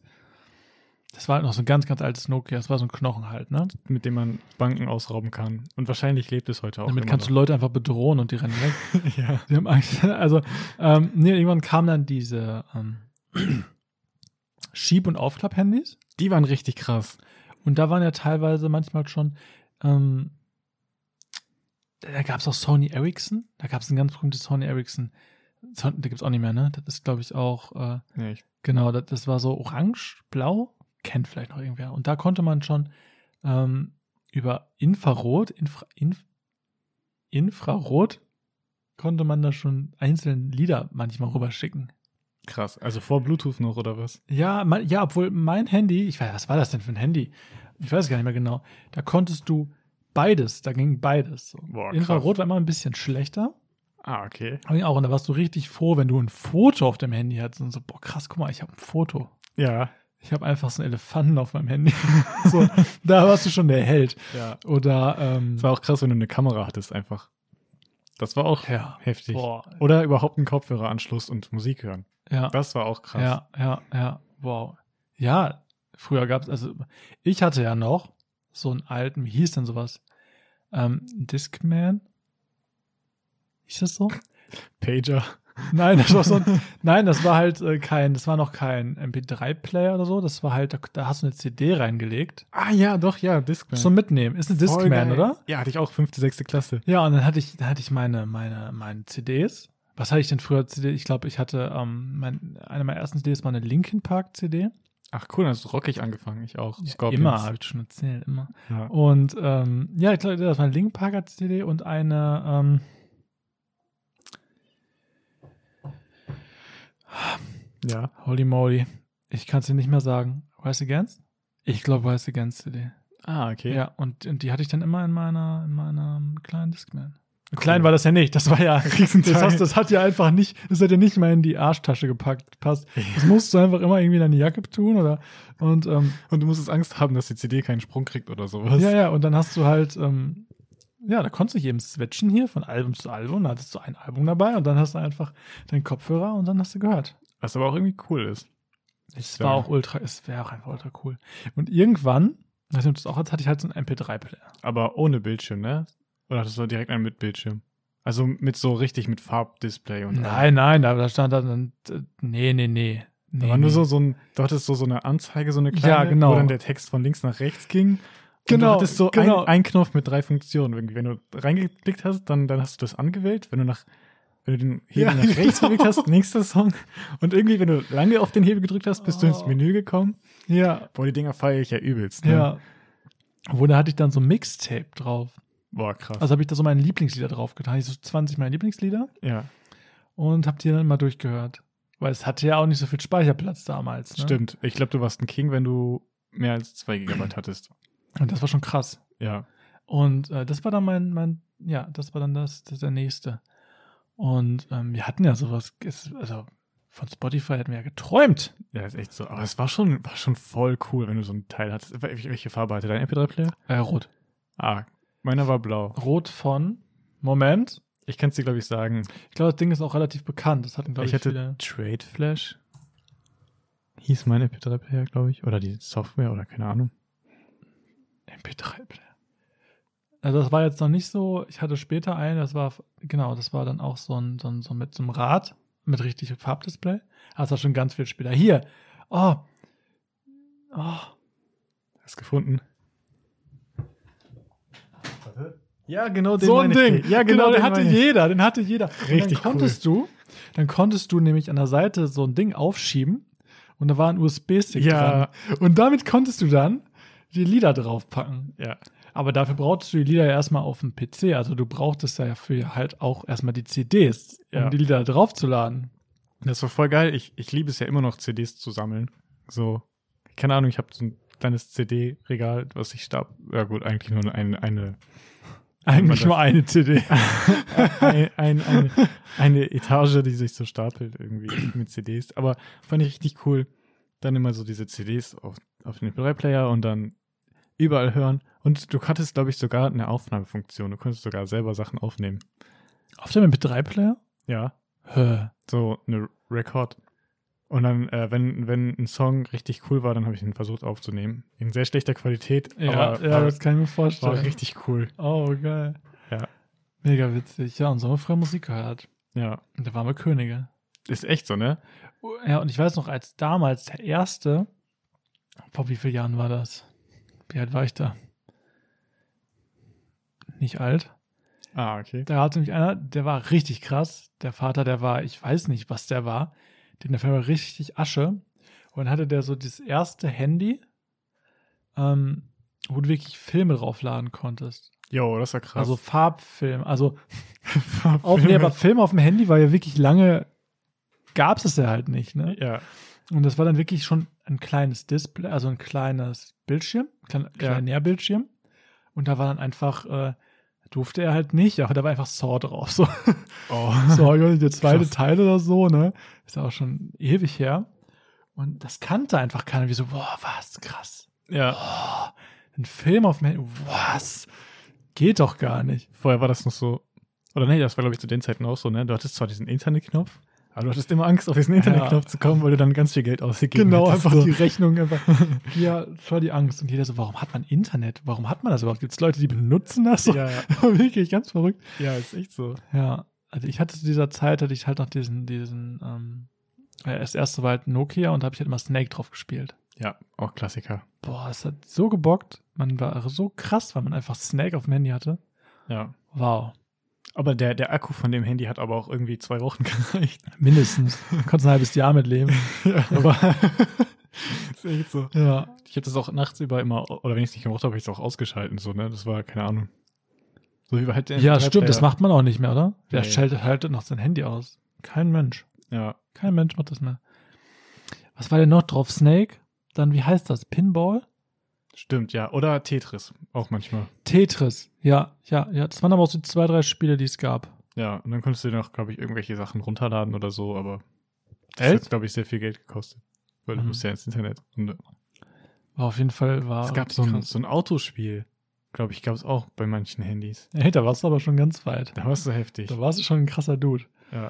Speaker 1: Das war halt noch so ein ganz, ganz altes Nokia. Das war so ein Knochen halt, ne?
Speaker 2: Mit dem man Banken ausrauben kann. Und wahrscheinlich lebt es heute auch.
Speaker 1: Damit
Speaker 2: immer
Speaker 1: kannst du
Speaker 2: noch.
Speaker 1: Leute einfach bedrohen und die rennen weg.
Speaker 2: [LAUGHS] ja.
Speaker 1: Die haben Angst. [LAUGHS] Also, ähm, nee, irgendwann kamen dann diese ähm, [CLEARS THROAT] Schieb- und Aufklapp-Handys.
Speaker 2: Die waren richtig krass.
Speaker 1: Und da waren ja teilweise manchmal schon, ähm, da gab es auch Sony Ericsson, da gab es ein ganz berühmtes Sony Ericsson. Son- Da gibt es auch nicht mehr, ne? Das ist, glaube ich, auch, äh,
Speaker 2: Nee, ich,
Speaker 1: genau, das, das war so orange, blau, kennt vielleicht noch irgendwer. Und da konnte man schon ähm, über Infrarot, Infra, Inf, Infrarot, konnte man da schon einzelne Lieder manchmal rüberschicken.
Speaker 2: krass. Also vor Bluetooth noch oder was?
Speaker 1: Ja, mein, ja, obwohl mein Handy, ich weiß, was war das denn für ein Handy? Ich weiß gar nicht mehr genau. Da konntest du beides, da ging beides. So.
Speaker 2: Boah, Oh, krass.
Speaker 1: Infrarot war immer ein bisschen schlechter.
Speaker 2: Ah, okay.
Speaker 1: Aber ging auch, und da warst du richtig froh, wenn du ein Foto auf dem Handy hattest und so, boah, krass, guck mal, ich habe ein Foto.
Speaker 2: Ja.
Speaker 1: Ich habe einfach so einen Elefanten auf meinem Handy. [LAUGHS] so, da warst du schon der Held.
Speaker 2: Ja.
Speaker 1: Oder, ähm,
Speaker 2: Es war auch krass, wenn du eine Kamera hattest einfach. Das war auch
Speaker 1: ja,
Speaker 2: heftig.
Speaker 1: boah,
Speaker 2: Oder überhaupt einen Kopfhöreranschluss und Musik hören.
Speaker 1: ja.
Speaker 2: Das war auch krass.
Speaker 1: Ja, ja, ja, wow. Ja, früher gab es, also ich hatte ja noch so einen alten, wie hieß denn sowas?
Speaker 2: [LAUGHS]
Speaker 1: Ähm, Discman? Hieß das so?
Speaker 2: Pager.
Speaker 1: Nein, das war so ein, nein, das war halt äh, kein, das war noch kein MP3-Player oder so. Das war halt, da, da hast du eine CD reingelegt
Speaker 2: Ah ja, doch, ja, Discman.
Speaker 1: zum Mitnehmen. Ist ein
Speaker 2: Voll
Speaker 1: Discman,
Speaker 2: geil.
Speaker 1: oder?
Speaker 2: Ja, hatte ich auch fünfte, sechste Klasse.
Speaker 1: Ja, und dann hatte ich, dann hatte ich meine, meine, meine CDs. Was hatte ich denn früher CD? Ich glaube, ich hatte ähm, mein, eine meiner ersten CDs war eine Linkin Park CD.
Speaker 2: Ach cool, dann hast du rockig angefangen. Ich auch. Scorpions.
Speaker 1: immer, habe ich schon erzählt, immer.
Speaker 2: Ja.
Speaker 1: Und ähm, ja, ich glaube, das war eine Linkin Park CD und eine ähm,
Speaker 2: ja.
Speaker 1: Holy Moly. Ich kann es dir nicht mehr sagen. Rise Against? Ich glaube Rise Against CD.
Speaker 2: Ah, okay. [LAUGHS]
Speaker 1: Ja, und, und die hatte ich dann immer in meiner in meinem kleinen Discman. Klein
Speaker 2: Cool.
Speaker 1: war das ja nicht, das war
Speaker 2: [LAUGHS]
Speaker 1: ja
Speaker 2: Riesenteil.
Speaker 1: Das, hast, das hat ja einfach nicht, das hat ja nicht mal in die Arschtasche gepackt. Passt. Das musst du einfach immer irgendwie in deine Jacke tun oder und ähm,
Speaker 2: Und du musstest Angst haben, dass die CD keinen Sprung kriegt oder sowas.
Speaker 1: ja, ja, und dann hast du halt, ähm, ja, da konntest du eben switchen hier von Album zu Album, da hattest du ein Album dabei und dann hast du einfach deinen Kopfhörer und dann hast du gehört.
Speaker 2: Was aber auch irgendwie cool ist.
Speaker 1: Es
Speaker 2: Ja.
Speaker 1: war auch ultra, es wäre auch einfach ultra cool. Und irgendwann, weiß nicht, ob du das auch hattest, hatte ich halt so einen MP3-Player.
Speaker 2: Aber ohne Bildschirm, ne? Oder hattest du direkt einen mit Bildschirm? Also mit so richtig mit Farbdisplay und
Speaker 1: Nein, nein, da, da stand dann, äh, nee, nee, nee. nee
Speaker 2: Da war nur
Speaker 1: nee.
Speaker 2: so, so ein, du hattest so, so eine Anzeige, so eine kleine,
Speaker 1: Ja, genau.
Speaker 2: wo dann der Text von links nach rechts ging.
Speaker 1: Genau,
Speaker 2: Und du hattest so
Speaker 1: genau.
Speaker 2: ein, ein Knopf mit drei Funktionen. Irgendwie. Wenn du reingeklickt hast, dann, dann hast du das angewählt. Wenn du nach, wenn du den Hebel
Speaker 1: Ja,
Speaker 2: nach rechts
Speaker 1: genau.
Speaker 2: bewegt hast, nächster Song. Und irgendwie, wenn du lange auf den Hebel gedrückt hast, bist du ins
Speaker 1: Oh.
Speaker 2: Menü gekommen.
Speaker 1: Ja,
Speaker 2: Boah, die Dinger feiere ich ja übelst. Ne?
Speaker 1: ja. Wo da hatte ich dann so Mixtape drauf.
Speaker 2: Boah, krass.
Speaker 1: Also habe ich da so meine Lieblingslieder drauf getan. Ich so 20 meiner Lieblingslieder
Speaker 2: ja,
Speaker 1: und habe die dann immer durchgehört. Weil es hatte ja auch nicht so viel Speicherplatz damals. Ne?
Speaker 2: stimmt. Ich glaube, du warst ein King, wenn du mehr als 2 Gigabyte hattest.
Speaker 1: Und das war schon krass.
Speaker 2: Ja.
Speaker 1: Und äh, das war dann mein, mein, ja, das war dann das, das der nächste. Und ähm, wir hatten ja sowas, es, also von Spotify hatten wir ja geträumt.
Speaker 2: Ja, ist echt so. Aber es war schon, war schon voll cool, wenn du so einen Teil hattest. Wel- Welche Farbe hatte dein MP3-Player?
Speaker 1: Äh, rot.
Speaker 2: Ah, meiner war blau.
Speaker 1: Rot von, Moment.
Speaker 2: Ich kann es dir, glaube ich, sagen.
Speaker 1: Ich glaube, das Ding ist auch relativ bekannt. Das hatten, glaube ich,
Speaker 2: ich hatte
Speaker 1: viele.
Speaker 2: Trade Flash. Hieß mein MP3-Player, glaube ich. Oder die Software oder keine Ahnung.
Speaker 1: MP3-Player. Also das war jetzt noch nicht so, ich hatte später einen, das war, genau, das war dann auch so ein, so ein so mit so einem Rad, mit richtigem Farbdisplay. Aber das war schon ganz viel später. Hier, oh, oh,
Speaker 2: Hast gefunden? Ja, genau
Speaker 1: so ein Ding.
Speaker 2: Ja, genau,
Speaker 1: den,
Speaker 2: den
Speaker 1: hatte
Speaker 2: meine ich.
Speaker 1: jeder, den hatte jeder. Und
Speaker 2: Richtig
Speaker 1: dann konntest du, dann konntest du nämlich an der Seite so ein Ding aufschieben und da war ein USB-Stick
Speaker 2: Ja.
Speaker 1: dran. Und damit konntest du dann die Lieder draufpacken.
Speaker 2: Ja,
Speaker 1: Aber dafür brauchtest du die Lieder ja erstmal auf dem PC. Also du brauchtest dafür halt auch erstmal die CDs, um
Speaker 2: Ja.
Speaker 1: die Lieder draufzuladen.
Speaker 2: das war voll geil. Ich, ich liebe es ja immer noch, CDs zu sammeln. So, keine Ahnung, ich habe so ein kleines CD-Regal, was ich starb. Ja, gut, eigentlich nur eine, eine
Speaker 1: Eigentlich nur eine
Speaker 2: [LAUGHS]
Speaker 1: CD.
Speaker 2: ein, ein, eine, eine Etage, die sich so stapelt irgendwie mit CDs. Aber fand ich richtig cool. Dann immer so diese CDs auf, auf den MP3-Player und dann überall hören. Und du hattest, glaube ich, sogar eine Aufnahmefunktion. Du konntest sogar selber Sachen aufnehmen.
Speaker 1: Auf dem MP3-Player?
Speaker 2: Ja,
Speaker 1: Hä.
Speaker 2: so eine Record. Und dann, äh, wenn, wenn ein Song richtig cool war, dann habe ich ihn versucht aufzunehmen. In sehr schlechter Qualität,
Speaker 1: Ja,
Speaker 2: aber
Speaker 1: ja,
Speaker 2: war,
Speaker 1: das kann ich mir vorstellen.
Speaker 2: war richtig cool.
Speaker 1: oh, geil.
Speaker 2: Ja.
Speaker 1: Mega witzig. Ja, und so haben wir früher Musik gehört.
Speaker 2: Ja,
Speaker 1: Und da waren wir Könige.
Speaker 2: ist echt so, ne?
Speaker 1: Ja, und ich weiß noch, als damals der erste, vor wie vielen Jahren war das? Wie alt war ich da? Nicht alt.
Speaker 2: Ah, okay.
Speaker 1: Da hatte nämlich einer, der war richtig krass. Der Vater, der war, ich weiß nicht, was der war, den der war richtig Asche. Und dann hatte der so das erste Handy, ähm, wo du wirklich Filme draufladen konntest.
Speaker 2: Jo, das war krass. [LAUGHS]
Speaker 1: Also Farbfilm, also auf, nee, aber Film auf dem Handy war ja wirklich lange, gab es es ja halt nicht, ne?
Speaker 2: ja,
Speaker 1: Und das war dann wirklich schon ein kleines Display, also ein kleines Bildschirm, klein, kleiner Nährbildschirm. Und da war dann einfach, äh, durfte er halt nicht, aber da war einfach Saw drauf.
Speaker 2: [LAUGHS]
Speaker 1: So,
Speaker 2: Oh.
Speaker 1: so ich weiß nicht, der zweite
Speaker 2: Krass.
Speaker 1: Teil oder so, ne? Ist auch schon ewig her. Und das kannte einfach keiner. Wie so, boah, was krass.
Speaker 2: Ja.
Speaker 1: Oh, ein Film auf dem Handy, was? Geht doch gar nicht.
Speaker 2: Vorher war das noch so. Oder nee, das war, glaube ich, zu den Zeiten auch so, ne? Du hattest zwar diesen Internetknopf, aber du hattest immer Angst, auf diesen Internetknopf zu kommen, weil du dann ganz viel Geld ausgegeben
Speaker 1: Genau,
Speaker 2: hättest.
Speaker 1: einfach
Speaker 2: so.
Speaker 1: die Rechnung.
Speaker 2: [LAUGHS]
Speaker 1: Einfach. Ja, das war die Angst. Und jeder so, warum hat man Internet? [LAUGHS] Warum hat man das überhaupt? Gibt es Leute, die benutzen das?
Speaker 2: Ja,
Speaker 1: Wirklich ganz verrückt.
Speaker 2: ja, ist echt so.
Speaker 1: Ja, also ich hatte zu dieser Zeit, hatte ich halt noch diesen, diesen, ähm, äh, das erste war halt Nokia und habe ich halt immer Snake drauf gespielt.
Speaker 2: Ja, auch Klassiker.
Speaker 1: Boah, es hat so gebockt. Man war so krass, weil man einfach Snake auf dem Handy hatte.
Speaker 2: Ja.
Speaker 1: Wow.
Speaker 2: Aber der, der Akku von dem Handy hat aber auch irgendwie zwei Wochen [LAUGHS] gereicht.
Speaker 1: Mindestens. Konntest ein halbes Jahr mitleben.
Speaker 2: Ja, aber [LAUGHS] ist echt so.
Speaker 1: Ja.
Speaker 2: Ich habe das auch nachts über immer, oder wenn ich es nicht gebraucht habe, habe ich es auch ausgeschalten. So, ne? Das war, keine Ahnung. So wie wir halt den
Speaker 1: Ja,
Speaker 2: Internet-
Speaker 1: stimmt, das macht man auch nicht mehr, oder? Wer
Speaker 2: Nee.
Speaker 1: schaltet, haltet noch sein Handy aus? Kein Mensch.
Speaker 2: Ja,
Speaker 1: Kein Mensch macht das mehr. Was war denn noch drauf? Snake? Dann, wie heißt das? Pinball?
Speaker 2: stimmt, ja. Oder Tetris, auch manchmal.
Speaker 1: Tetris. Ja, ja, ja. Das waren aber auch so zwei, drei Spiele, die es gab.
Speaker 2: Ja, und dann konntest du dir noch, glaube ich, irgendwelche Sachen runterladen oder so, aber das
Speaker 1: Echt?
Speaker 2: hat, glaube ich, sehr viel Geld gekostet. Weil du
Speaker 1: Mhm.
Speaker 2: musst ja ins Internet. Und äh, ah,
Speaker 1: War auf jeden Fall, war.
Speaker 2: es gab so ein, so ein Autospiel, glaube ich, gab es auch bei manchen Handys.
Speaker 1: Hey, da warst du aber schon ganz weit.
Speaker 2: Da war es so heftig.
Speaker 1: Da warst du schon ein krasser Dude.
Speaker 2: Ja.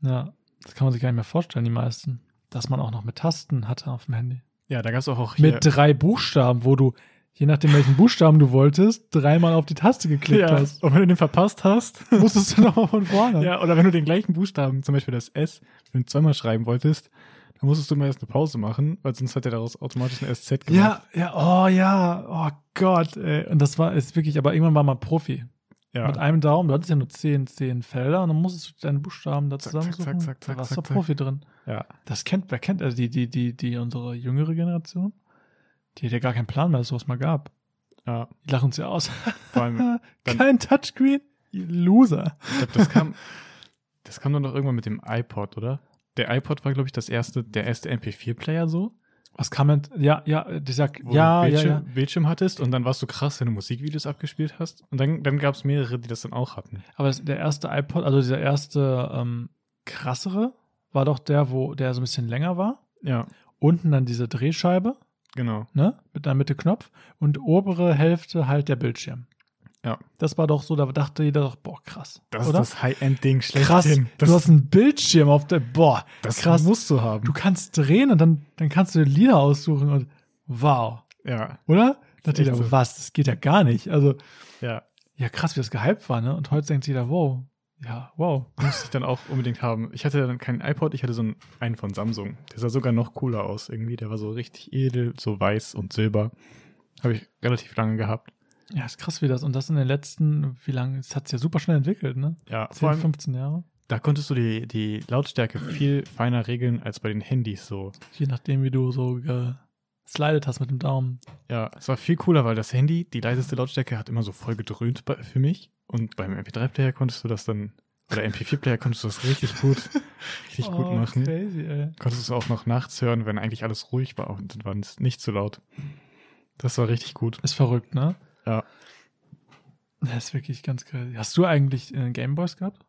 Speaker 1: Ja, das kann man sich gar nicht mehr vorstellen, die meisten. Dass man auch noch mit Tasten hatte auf dem Handy.
Speaker 2: ja, da gab es auch, auch
Speaker 1: Mit drei Buchstaben, wo du, je nachdem welchen Buchstaben du wolltest, dreimal auf die Taste geklickt
Speaker 2: ja.
Speaker 1: hast.
Speaker 2: Und wenn du den verpasst hast, [LAUGHS]
Speaker 1: Musstest du nochmal von vorne.
Speaker 2: ja, oder wenn du den gleichen Buchstaben, zum Beispiel das S, wenn du zweimal schreiben wolltest, dann musstest du mal erst eine Pause machen, weil sonst hat er daraus automatisch ein SZ gemacht.
Speaker 1: Ja, ja, oh ja, oh Gott, ey. Und das war, ist wirklich, aber irgendwann war man Profi. Mit einem Daumen, du hattest ja nur 10, 10 Felder und dann musstest du deine Buchstaben da
Speaker 2: Zack, zack,
Speaker 1: zusammensuchen.
Speaker 2: zack, zack,
Speaker 1: da
Speaker 2: zack,
Speaker 1: warst du
Speaker 2: zack, zack.
Speaker 1: Profi drin.
Speaker 2: ja.
Speaker 1: Das kennt, wer kennt, also die, die, die, die, unsere jüngere Generation, die hat ja gar keinen Plan mehr, dass sowas mal gab.
Speaker 2: ja.
Speaker 1: Die lachen uns ja aus.
Speaker 2: [LAUGHS] Vor allem,
Speaker 1: [LAUGHS]
Speaker 2: Dann-
Speaker 1: Kein Touchscreen? Ihr Loser.
Speaker 2: Ich glaube, das kam, das kam dann doch irgendwann mit dem iPod, oder? Der iPod war, glaube ich, das erste, der erste MP4-Player so,
Speaker 1: Was kam denn? Ja, ja, dieser.
Speaker 2: wo
Speaker 1: Ja,
Speaker 2: du
Speaker 1: ja,
Speaker 2: Bildschirm,
Speaker 1: ja.
Speaker 2: Bildschirm hattest und dann warst du krass, wenn du Musikvideos abgespielt hast. Und dann, dann gab es mehrere, die das dann auch hatten.
Speaker 1: Aber das, der erste iPod, also dieser erste ähm, krassere, war doch der, wo der so ein bisschen länger war.
Speaker 2: Ja,
Speaker 1: Unten dann diese Drehscheibe,
Speaker 2: genau.
Speaker 1: ne? Mit einer Mitte Knopf und obere Hälfte halt der Bildschirm.
Speaker 2: Ja.
Speaker 1: Das war doch so, da dachte jeder doch, boah, krass.
Speaker 2: Das
Speaker 1: oder?
Speaker 2: ist das High-End-Ding
Speaker 1: krass.
Speaker 2: schlechthin.
Speaker 1: du
Speaker 2: Das,
Speaker 1: hast einen Bildschirm auf der. Boah,
Speaker 2: das
Speaker 1: krass.
Speaker 2: musst du haben.
Speaker 1: du kannst drehen und dann, dann kannst du dir Lieder aussuchen und wow.
Speaker 2: ja,
Speaker 1: Oder? Da
Speaker 2: Ist echt
Speaker 1: dachte jeder,
Speaker 2: so.
Speaker 1: was? Das geht ja gar nicht. Also,
Speaker 2: ja.
Speaker 1: ja, krass, wie das gehypt war, ne? Und heute denkt jeder, wow. Ja, wow.
Speaker 2: Musste ich dann auch unbedingt haben. Ich hatte dann keinen iPod, ich hatte so einen, einen von Samsung. Der sah sogar noch cooler aus irgendwie. Der war so richtig edel, so weiß und silber. Habe ich relativ lange gehabt.
Speaker 1: Ja, ist krass wie das. Und das in den letzten, wie lange, es hat sich ja super schnell entwickelt, ne?
Speaker 2: Ja,
Speaker 1: 10, 15 Jahre.
Speaker 2: Da konntest du die, die Lautstärke viel feiner regeln als bei den Handys so.
Speaker 1: Je nachdem, wie du so geslidet hast mit dem Daumen.
Speaker 2: Ja, es war viel cooler, weil das Handy, die leiseste Lautstärke, hat immer so voll gedröhnt bei, für mich. Und beim MP3-Player konntest du das dann, oder MP4-Player konntest du das richtig gut,
Speaker 1: [LAUGHS]
Speaker 2: richtig gut
Speaker 1: Oh,
Speaker 2: machen.
Speaker 1: Crazy, ey.
Speaker 2: Konntest du es auch noch nachts hören, wenn eigentlich alles ruhig war und dann war es nicht zu laut. Das war richtig gut.
Speaker 1: Ist verrückt, ne?
Speaker 2: Ja.
Speaker 1: Das ist wirklich ganz crazy. Hast du eigentlich äh, Gameboys gehabt?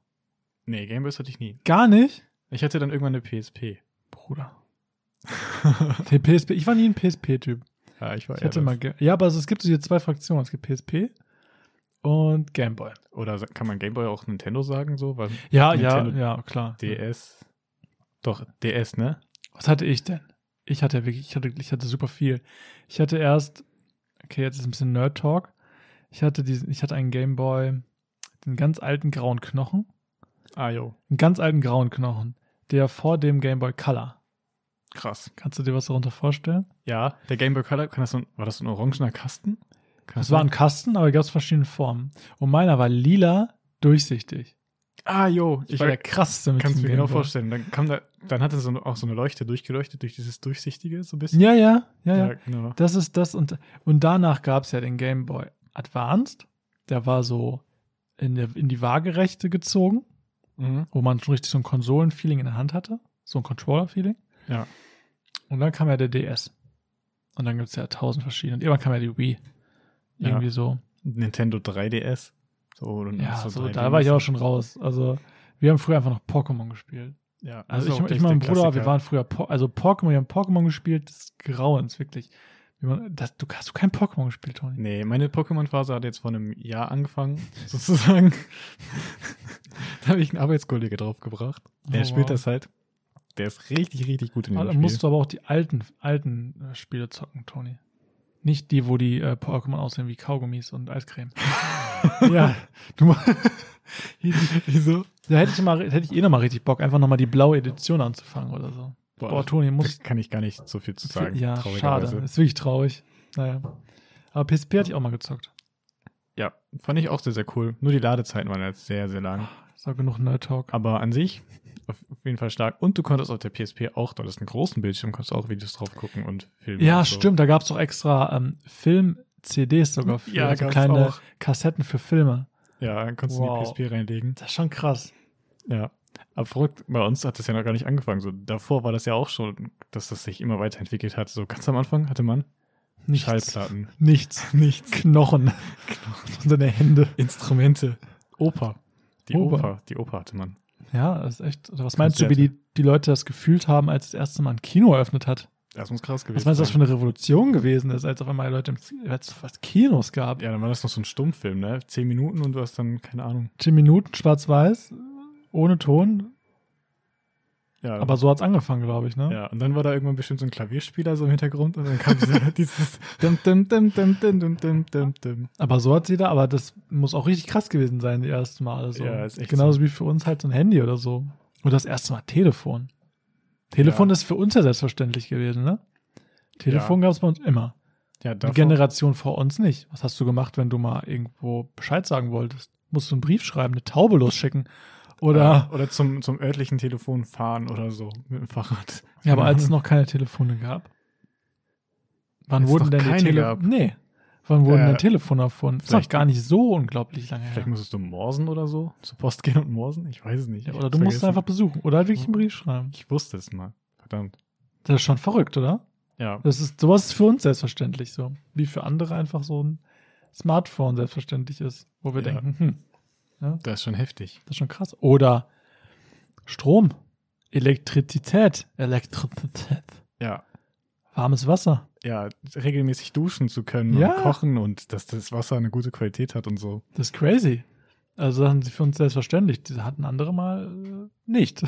Speaker 2: Nee, Gameboys hatte ich nie.
Speaker 1: Gar nicht?
Speaker 2: Ich hatte dann irgendwann eine PSP.
Speaker 1: [LAUGHS] Bruder. Die PSP, ich war nie ein PSP-Typ.
Speaker 2: Ja, ich war
Speaker 1: Ich
Speaker 2: eher
Speaker 1: hatte
Speaker 2: das.
Speaker 1: mal, Ga- ja, aber es es gibt so diese zwei Fraktionen. Es gibt PSP und Gameboy.
Speaker 2: Oder sa- kann man Gameboy auch Nintendo sagen so? Weil
Speaker 1: Ja,
Speaker 2: Nintendo-
Speaker 1: ja, ja, klar.
Speaker 2: DS. Doch, DS, ne?
Speaker 1: Was hatte ich denn? Ich hatte wirklich, ich hatte, ich hatte super viel. Ich hatte erst, okay, jetzt ist ein bisschen Nerd Talk. Ich hatte diesen, ich hatte einen Gameboy, einen ganz alten grauen Knochen,
Speaker 2: Ah, jo.
Speaker 1: einen ganz alten grauen Knochen, der vor dem Gameboy Color.
Speaker 2: Krass.
Speaker 1: Kannst du dir was darunter vorstellen?
Speaker 2: Ja, der Game Boy Color, kann das so ein, war das so ein orangener Kasten? Kann
Speaker 1: Das war ein Kasten, aber gab es verschiedene Formen. Und meiner war lila, durchsichtig.
Speaker 2: Ah, jo.
Speaker 1: Ich
Speaker 2: Ich
Speaker 1: war der
Speaker 2: kann
Speaker 1: krasseste mit
Speaker 2: es
Speaker 1: diesem
Speaker 2: mir genau
Speaker 1: Gameboy.
Speaker 2: vorstellen. Dann, kam da, dann hatte so eine, auch so eine Leuchte durchgeleuchtet durch dieses Durchsichtige, so ein bisschen.
Speaker 1: Ja, ja, ja, ja.
Speaker 2: genau.
Speaker 1: Das ist das und, und danach gab es ja den Game Boy Advanced. Der war so in, der, in die Waagerechte gezogen,
Speaker 2: Mhm.
Speaker 1: wo man schon richtig so ein Konsolen-Feeling in der Hand hatte. So ein Controller-Feeling.
Speaker 2: Ja.
Speaker 1: Und dann kam ja der DS. Und dann gibt es ja tausend verschiedene. Und irgendwann kam ja die Wii.
Speaker 2: Ja.
Speaker 1: Irgendwie so.
Speaker 2: Nintendo 3DS. So, und
Speaker 1: Ja,
Speaker 2: so
Speaker 1: so,
Speaker 2: 3D
Speaker 1: da war ich auch schon raus. Also, wir haben früher einfach noch Pokémon gespielt.
Speaker 2: Ja, das
Speaker 1: Also,
Speaker 2: ist auch
Speaker 1: ich, ich
Speaker 2: echt
Speaker 1: mein
Speaker 2: der
Speaker 1: Bruder, wir
Speaker 2: Klassiker.
Speaker 1: waren früher, po also Pokémon, wir haben Pokémon gespielt, des Grauens, wirklich. Wie man, das, du hast du kein Pokémon gespielt, Toni.
Speaker 2: Nee, meine Pokémon-Phase hat jetzt vor einem Jahr angefangen, [LAUGHS] sozusagen. da habe ich einen Arbeitskollege draufgebracht. Der
Speaker 1: Oh,
Speaker 2: spielt
Speaker 1: wow.
Speaker 2: das halt. Der ist richtig, richtig gut in
Speaker 1: Ah,
Speaker 2: dem
Speaker 1: Dann [LAUGHS]
Speaker 2: Spiel.
Speaker 1: musst du aber auch die alten, alten äh, Spiele zocken, Toni. Nicht
Speaker 2: [LAUGHS]
Speaker 1: die, wo die äh, Pokémon aussehen wie Kaugummis und Eiscreme. ja, du, mu- Hier die-
Speaker 2: Wieso?
Speaker 1: Da hätte ich, mal, hätte ich eh nochmal richtig Bock, einfach nochmal die blaue Edition anzufangen oder so.
Speaker 2: Boah,
Speaker 1: Boah, Toni,
Speaker 2: da
Speaker 1: muss
Speaker 2: kann ich gar nicht so viel zu sagen.
Speaker 1: Ja, schade.
Speaker 2: traurigerweise.
Speaker 1: Ist wirklich traurig. Naja. Aber PSP hatte ich auch mal gezockt.
Speaker 2: Ja, fand ich auch sehr, sehr cool. Nur die Ladezeiten waren jetzt sehr, sehr lang.
Speaker 1: Ist auch genug Nerd Talk.
Speaker 2: Aber an sich auf auf jeden Fall stark. Und du konntest auf der PSP auch, du hattest einen großen Bildschirm, konntest auch Videos drauf gucken und Filme.
Speaker 1: Ja,
Speaker 2: und so.
Speaker 1: stimmt. Da gab es doch extra ähm, Film-CDs sogar für
Speaker 2: Ja,
Speaker 1: also
Speaker 2: gab's
Speaker 1: kleine
Speaker 2: auch.
Speaker 1: Kassetten für Filme.
Speaker 2: Ja, dann konntest
Speaker 1: Wow.
Speaker 2: du die PSP reinlegen.
Speaker 1: Das ist schon krass.
Speaker 2: Ja. Aber verrückt, bei uns hat das ja noch gar nicht angefangen. So, davor war das ja auch schon, dass das sich immer weiterentwickelt hat. So ganz am Anfang hatte man
Speaker 1: Nichts.
Speaker 2: Schallplatten,
Speaker 1: Nichts.
Speaker 2: [LAUGHS]
Speaker 1: Nichts. Knochen. Knochen. Deine Hände.
Speaker 2: Instrumente, Oper. Die
Speaker 1: Oper.
Speaker 2: Oper. die Oper hatte man.
Speaker 1: Ja, das ist echt. Oder was meinst du, wie
Speaker 2: Konzerte.
Speaker 1: die, die Leute das gefühlt haben, als das erste Mal ein Kino eröffnet hat?
Speaker 2: Das muss krass gewesen
Speaker 1: Was meinst du, was für
Speaker 2: sein.
Speaker 1: eine Revolution gewesen ist, als auf einmal Leute im als es Kinos gab?
Speaker 2: Ja, dann war das noch so ein Stummfilm, ne? Zehn Minuten und du hast dann, keine Ahnung.
Speaker 1: 10 Minuten schwarz-weiß, ohne Ton.
Speaker 2: Ja,
Speaker 1: Aber so hat's angefangen, glaube ich, ne?
Speaker 2: Ja, und dann war da irgendwann bestimmt so ein Klavierspieler so im Hintergrund und dann kam [LAUGHS] dieser, dieses dum dum dum dum dum dum dum dum dum.
Speaker 1: Aber so hat jeder, aber das muss auch richtig krass gewesen sein, die ersten Male. So.
Speaker 2: Ja, ist echt
Speaker 1: Genauso wie für uns halt so ein Handy oder so. Oder das erste Mal Telefon. Telefon
Speaker 2: Ja.
Speaker 1: ist für uns ja selbstverständlich gewesen, ne? Telefon gab's bei uns immer.
Speaker 2: Ja,
Speaker 1: Die
Speaker 2: davor,
Speaker 1: Generation vor uns nicht. Was hast du gemacht, wenn du mal irgendwo Bescheid sagen wolltest? Musst du einen Brief schreiben, eine Taube losschicken? Oder,
Speaker 2: oder zum, zum örtlichen Telefon fahren oder so mit dem Fahrrad.
Speaker 1: ja, aber
Speaker 2: [LAUGHS]
Speaker 1: als es noch keine Telefone gab. Wann
Speaker 2: Als es
Speaker 1: wurden
Speaker 2: noch
Speaker 1: denn die
Speaker 2: keine
Speaker 1: Telefone?
Speaker 2: gab.
Speaker 1: Nee. Wann wurden
Speaker 2: Äh,
Speaker 1: denn Telefone erfunden? Ist doch
Speaker 2: vielleicht-
Speaker 1: gar nicht so unglaublich lange her.
Speaker 2: Vielleicht musstest du morsen oder so, zur Post gehen und morsen? Ich weiß es nicht.
Speaker 1: Ja,
Speaker 2: Ich
Speaker 1: oder
Speaker 2: hab's
Speaker 1: du musst
Speaker 2: vergessen.
Speaker 1: einfach besuchen. Oder halt wirklich einen Brief schreiben.
Speaker 2: Ich wusste es mal. Verdammt.
Speaker 1: Das ist schon verrückt, oder?
Speaker 2: Ja,
Speaker 1: Das ist, sowas ist für uns selbstverständlich so. Wie für andere einfach so ein Smartphone selbstverständlich ist, wo wir
Speaker 2: Ja.
Speaker 1: denken, hm,
Speaker 2: das ist schon heftig.
Speaker 1: das ist schon krass. Oder Strom, Elektrizität, Elektrizität,
Speaker 2: Ja.
Speaker 1: warmes Wasser.
Speaker 2: Ja, regelmäßig duschen zu können
Speaker 1: Ja.
Speaker 2: und kochen und dass das Wasser eine gute Qualität hat und so.
Speaker 1: Das ist crazy. Also das haben sie für uns selbstverständlich. Diese hatten andere mal äh, nicht.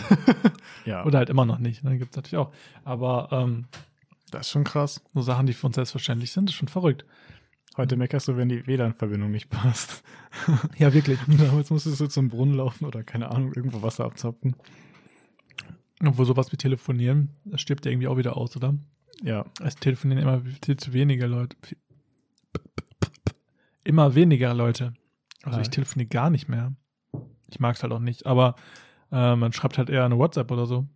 Speaker 2: Ja,
Speaker 1: [LAUGHS] Oder halt immer noch nicht. Dann gibt's natürlich auch. Aber ähm,
Speaker 2: das ist schon krass.
Speaker 1: so Sachen, die für uns selbstverständlich sind, ist schon verrückt.
Speaker 2: Heute meckerst du, wenn die WLAN-Verbindung nicht passt. [LAUGHS]
Speaker 1: Ja, [LAUGHS] wirklich.
Speaker 2: Damals musstest du zum Brunnen laufen oder keine Ahnung, irgendwo Wasser abzapfen.
Speaker 1: Obwohl sowas wie telefonieren, das stirbt ja irgendwie auch wieder aus, oder?
Speaker 2: Ja,
Speaker 1: Es telefonieren immer viel zu wenige Leute. Immer weniger Leute. Also
Speaker 2: Ja.
Speaker 1: ich telefoniere gar nicht mehr. Ich mag es halt auch nicht, aber äh, man schreibt halt eher eine WhatsApp oder so.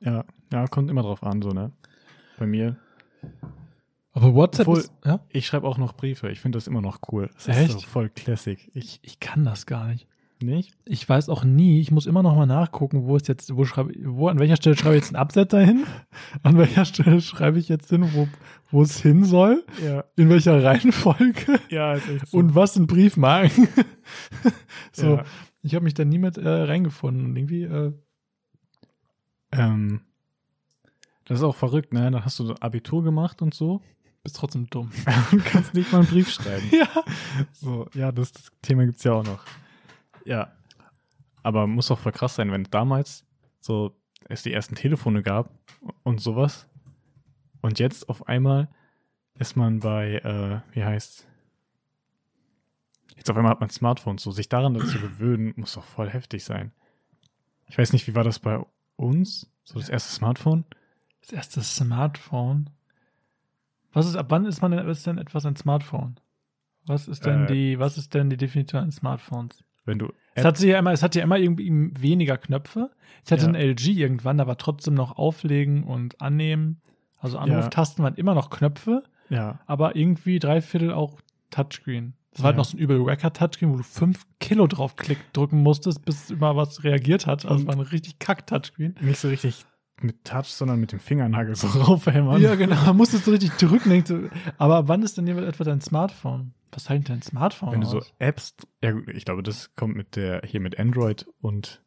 Speaker 2: ja, ja, kommt immer drauf an, so, ne? Bei mir.
Speaker 1: Aber WhatsApp
Speaker 2: Obwohl-
Speaker 1: ist, ja?
Speaker 2: Ich schreibe auch noch Briefe. Ich finde das immer noch cool. Das
Speaker 1: Echt?
Speaker 2: ist so voll Classic. Ich
Speaker 1: ich, ich kann das gar nicht.
Speaker 2: nicht?
Speaker 1: Ich weiß auch nie, ich muss immer noch mal nachgucken, wo ist jetzt, wo schreibe wo, an welcher Stelle schreibe ich jetzt einen Absetzer hin? An welcher Stelle schreibe ich jetzt hin, wo, wo es hin soll?
Speaker 2: Ja,
Speaker 1: In welcher Reihenfolge?
Speaker 2: ja, ist echt
Speaker 1: Und was sind
Speaker 2: [LAUGHS]
Speaker 1: Briefmarken? so,
Speaker 2: so. Ja.
Speaker 1: ich habe mich da nie mit äh, reingefunden. Und irgendwie, äh,
Speaker 2: Ähm, das ist auch verrückt, ne? Dann hast du so Abitur gemacht und so [LAUGHS]
Speaker 1: bist trotzdem dumm.
Speaker 2: und kannst nicht mal einen Brief schreiben.
Speaker 1: ja.
Speaker 2: So, ja, das, das Thema gibt's ja auch noch. Ja. Aber muss doch voll krass sein, wenn damals so es die ersten Telefone gab und sowas. Und jetzt auf einmal ist man bei, äh, wie heißt Jetzt auf einmal hat man Smartphones. So, sich daran zu gewöhnen, muss doch voll heftig sein. Ich weiß nicht, wie war das bei uns? So das erste Smartphone?
Speaker 1: Das erste Smartphone. Was ist, ab wann ist man denn, ist denn etwas ein Smartphone? Was ist denn
Speaker 2: Äh, Äh.
Speaker 1: die, was ist denn die Definition eines Smartphones?
Speaker 2: Wenn du.
Speaker 1: Es hatte ja immer, es hatte ja immer irgendwie weniger Knöpfe. Ich hatte
Speaker 2: Ja.
Speaker 1: ein LG irgendwann, da war trotzdem noch Auflegen und Annehmen. Also Anruftasten waren immer noch Knöpfe,
Speaker 2: Ja,
Speaker 1: aber irgendwie drei Viertel auch Touchscreen. Das war halt
Speaker 2: Ja.
Speaker 1: noch so ein übel wacker Touchscreen, wo du fünf Kilo draufklick drücken musstest, bis immer was reagiert hat. Also es
Speaker 2: Und-
Speaker 1: war ein richtig kack Touchscreen.
Speaker 2: nicht so richtig mit Touch, sondern mit dem Fingernagel so [LAUGHS] raufhämmern.
Speaker 1: Ja, genau. Man musste so richtig drücken. denkst du, Aber ab wann ist denn jemand etwa dein Smartphone? Was zeichnet dein Smartphone
Speaker 2: Wenn du so
Speaker 1: aus?
Speaker 2: Apps, ja gut, ich glaube, das kommt mit der, hier mit Android und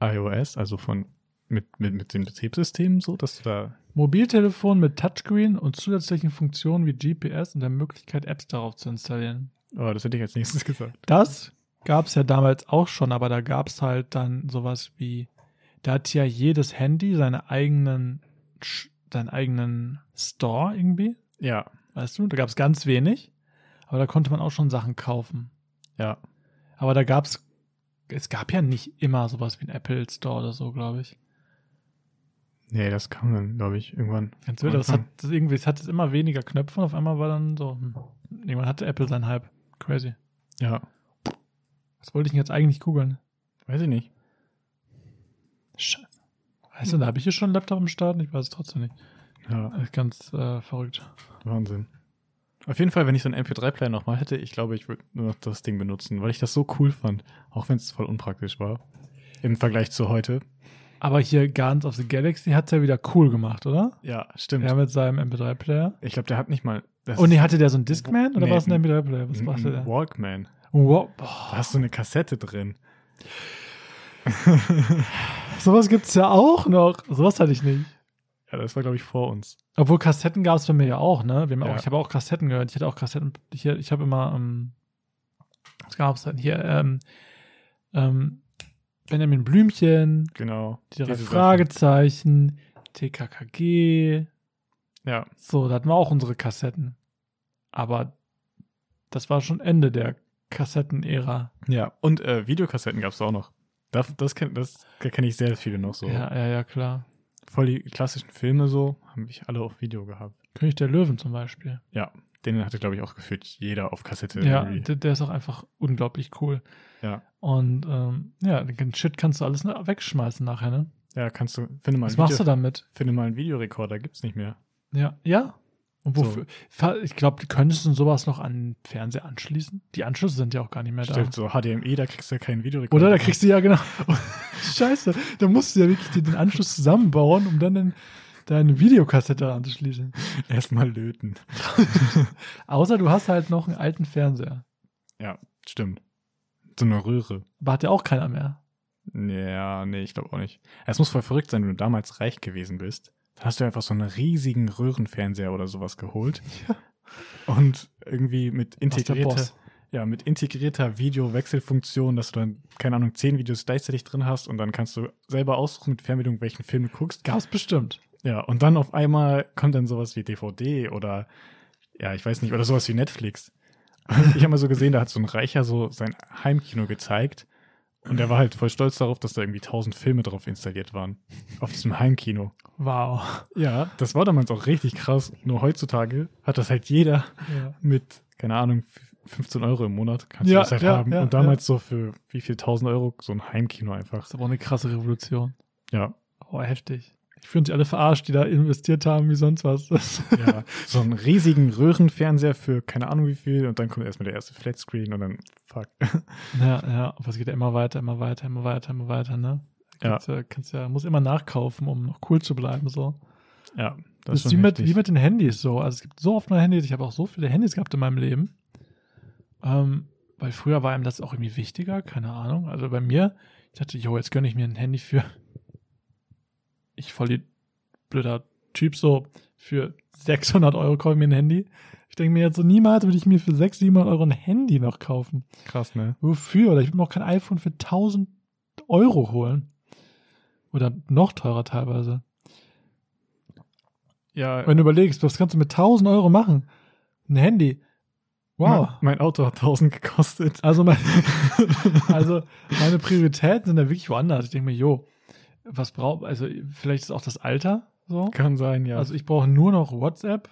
Speaker 2: iOS, also von, mit, mit, mit dem Betriebssystem so, dass du da,
Speaker 1: Mobiltelefon mit Touchscreen und zusätzlichen Funktionen wie GPS und der Möglichkeit, Apps darauf zu installieren.
Speaker 2: oh, das hätte ich als nächstes [LAUGHS] gesagt.
Speaker 1: Das gab es ja damals auch schon, aber da gab es halt dann sowas wie, da hat ja jedes Handy seine eigenen, Sch- seinen eigenen Store irgendwie,
Speaker 2: Ja,
Speaker 1: weißt du? Da gab es ganz wenig, aber da konnte man auch schon Sachen kaufen.
Speaker 2: ja,
Speaker 1: Aber da gab es es gab ja nicht immer sowas wie ein Apple Store oder so, glaube ich.
Speaker 2: Nee, das kam dann, glaube ich, irgendwann.
Speaker 1: Ganz wild, aber es hat das irgendwie, es hat es immer weniger Knöpfe und auf einmal war dann so, hm, irgendwann hatte Apple seinen Hype. Crazy.
Speaker 2: Ja.
Speaker 1: Was wollte ich denn jetzt eigentlich googeln?
Speaker 2: Weiß ich nicht.
Speaker 1: Scheiße. Weißt du, da habe ich hier schon einen Laptop am Start und ich weiß es trotzdem nicht.
Speaker 2: Ja,
Speaker 1: Das ist ganz äh, verrückt.
Speaker 2: Wahnsinn. Auf jeden Fall, wenn ich so einen MP3-Player nochmal hätte, ich glaube, ich würde nur noch das Ding benutzen, weil ich das so cool fand. Auch wenn es voll unpraktisch war. Im Vergleich zu heute.
Speaker 1: Aber hier Guardians of the Galaxy hat es ja wieder cool gemacht, oder?
Speaker 2: Ja, stimmt.
Speaker 1: Ja, mit seinem MP3-Player.
Speaker 2: Ich glaube, der hat nicht mal. Das
Speaker 1: Und nee, hatte der so einen Discman oder
Speaker 2: Nee,
Speaker 1: war es ein
Speaker 2: ein-
Speaker 1: MP3-Player? Was
Speaker 2: ein-
Speaker 1: machte
Speaker 2: ein
Speaker 1: der?
Speaker 2: Walkman.
Speaker 1: Wow.
Speaker 2: Da hast du eine Kassette drin.
Speaker 1: Sowas gibt es ja auch noch. Sowas hatte ich nicht.
Speaker 2: Ja, das war, glaube ich, vor uns.
Speaker 1: Obwohl Kassetten gab es bei mir ja auch, ne? Wir haben
Speaker 2: Ja.
Speaker 1: auch, ich habe auch Kassetten gehört. Ich hatte auch Kassetten. Ich, ich habe immer, ähm, was gab es denn hier? Ähm, ähm, Benjamin Blümchen,
Speaker 2: Genau.
Speaker 1: die drei
Speaker 2: Diese Sachen.
Speaker 1: Fragezeichen, TKKG.
Speaker 2: Ja,
Speaker 1: So, da hatten wir auch unsere Kassetten. Aber das war schon Ende der Kassettenära.
Speaker 2: ja. Und äh, Videokassetten gab es auch noch. Das, das kenne das, da kenn ich sehr viele noch so.
Speaker 1: Ja, ja, ja, klar.
Speaker 2: Voll die klassischen Filme so, haben ich alle auf Video gehabt.
Speaker 1: König der Löwen zum Beispiel.
Speaker 2: Den hatte, glaube ich, auch gefühlt jeder auf Kassette.
Speaker 1: Ja,
Speaker 2: irgendwie.
Speaker 1: der, der ist auch einfach unglaublich cool.
Speaker 2: Ja.
Speaker 1: Und ähm, ja, den Shit kannst du alles na- wegschmeißen nachher, ne?
Speaker 2: ja, kannst du. Finde mal,
Speaker 1: Was
Speaker 2: ein
Speaker 1: machst du
Speaker 2: Video-
Speaker 1: damit?
Speaker 2: finde mal einen Videorekorder, gibt's nicht mehr.
Speaker 1: Ja. Ja? Und
Speaker 2: So.
Speaker 1: wofür? Fa- Ich glaube, könntest du sowas noch an den Fernseher anschließen? Die Anschlüsse sind ja auch gar nicht mehr da.
Speaker 2: Stimmt, so HDMI, E, da kriegst du ja keinen Videorekorder.
Speaker 1: Oder da kriegst du ja genau. [LAUGHS] Scheiße, da musst du ja wirklich dir den Anschluss zusammenbauen, um dann den, deine Videokassette anzuschließen.
Speaker 2: [LAUGHS] erstmal löten.
Speaker 1: Außer du hast halt noch einen alten Fernseher.
Speaker 2: Ja, stimmt. So eine Röhre.
Speaker 1: Aber hat ja auch keiner mehr.
Speaker 2: Ja, nee, ich glaube auch nicht. Es muss voll verrückt sein, wenn du damals reich gewesen bist. Dann hast du einfach so einen riesigen Röhrenfernseher oder sowas geholt. Und irgendwie mit
Speaker 1: Was der
Speaker 2: integrierter,
Speaker 1: Boss.
Speaker 2: ja, mit integrierter Video-Wechselfunktion, dass du dann, keine Ahnung, zehn Videos gleichzeitig drin hast und dann kannst du selber aussuchen mit Fernbedienung, welchen Film du guckst.
Speaker 1: Gab's bestimmt.
Speaker 2: Ja, und dann auf einmal kommt dann sowas wie DVD oder ja, ich weiß nicht, oder sowas wie Netflix. [LAUGHS] Ich habe mal so gesehen, da hat so ein Reicher so sein Heimkino gezeigt und er war halt voll stolz darauf, dass da irgendwie tausend Filme drauf installiert waren. Auf diesem Heimkino.
Speaker 1: Wow.
Speaker 2: Ja, das war damals auch richtig krass. Nur heutzutage hat das halt jeder
Speaker 1: Ja.
Speaker 2: mit, keine Ahnung, f- 15 Euro im Monat kannst
Speaker 1: Ja,
Speaker 2: du das halt
Speaker 1: ja,
Speaker 2: haben.
Speaker 1: ja,
Speaker 2: und damals so für wie viel tausend Euro so ein Heimkino einfach.
Speaker 1: Das ist aber eine krasse Revolution.
Speaker 2: Ja,
Speaker 1: Oh, heftig. Ich fühle mich alle verarscht, die da investiert haben, wie sonst was. [LAUGHS] Das
Speaker 2: Ja, so einen riesigen Röhrenfernseher für keine Ahnung wie viel und dann kommt erstmal der erste Flatscreen und dann fuck. [LAUGHS]
Speaker 1: Ja, ja, aber es geht ja immer weiter, immer weiter, immer weiter, immer weiter, ne?
Speaker 2: Ja.
Speaker 1: Kannst ja, kannst ja, muss immer nachkaufen, um noch cool zu bleiben, so.
Speaker 2: Ja,
Speaker 1: Das, ist wie
Speaker 2: schon
Speaker 1: mit,
Speaker 2: heftig.
Speaker 1: wie mit den Handys, so. Also es gibt so oft neue Handys, ich habe auch so viele Handys gehabt in meinem Leben. Ähm, weil früher war einem das auch irgendwie wichtiger, keine Ahnung. Also bei mir, ich dachte, jo, jetzt gönne ich mir ein Handy für, [LAUGHS] ich voll die blöder Typ, so, für 600 Euro kaufe ich mir ein Handy. Ich denke mir jetzt so, niemals würde ich mir für 600, 700 Euro ein Handy noch kaufen.
Speaker 2: krass, ne?
Speaker 1: Wofür? Oder ich will mir auch kein iPhone für 1000 Euro holen. Oder noch teurer teilweise.
Speaker 2: Ja,
Speaker 1: Wenn du überlegst, was kannst du mit 1000 Euro machen? Ein Handy. Wow.
Speaker 2: Mein, mein Auto hat 1000
Speaker 1: [LAUGHS]
Speaker 2: gekostet.
Speaker 1: Also, mein, also meine Prioritäten sind da wirklich woanders. Ich denke mir, jo, was braucht, also vielleicht ist auch das Alter so.
Speaker 2: Kann sein, ja.
Speaker 1: Also ich brauche nur noch WhatsApp.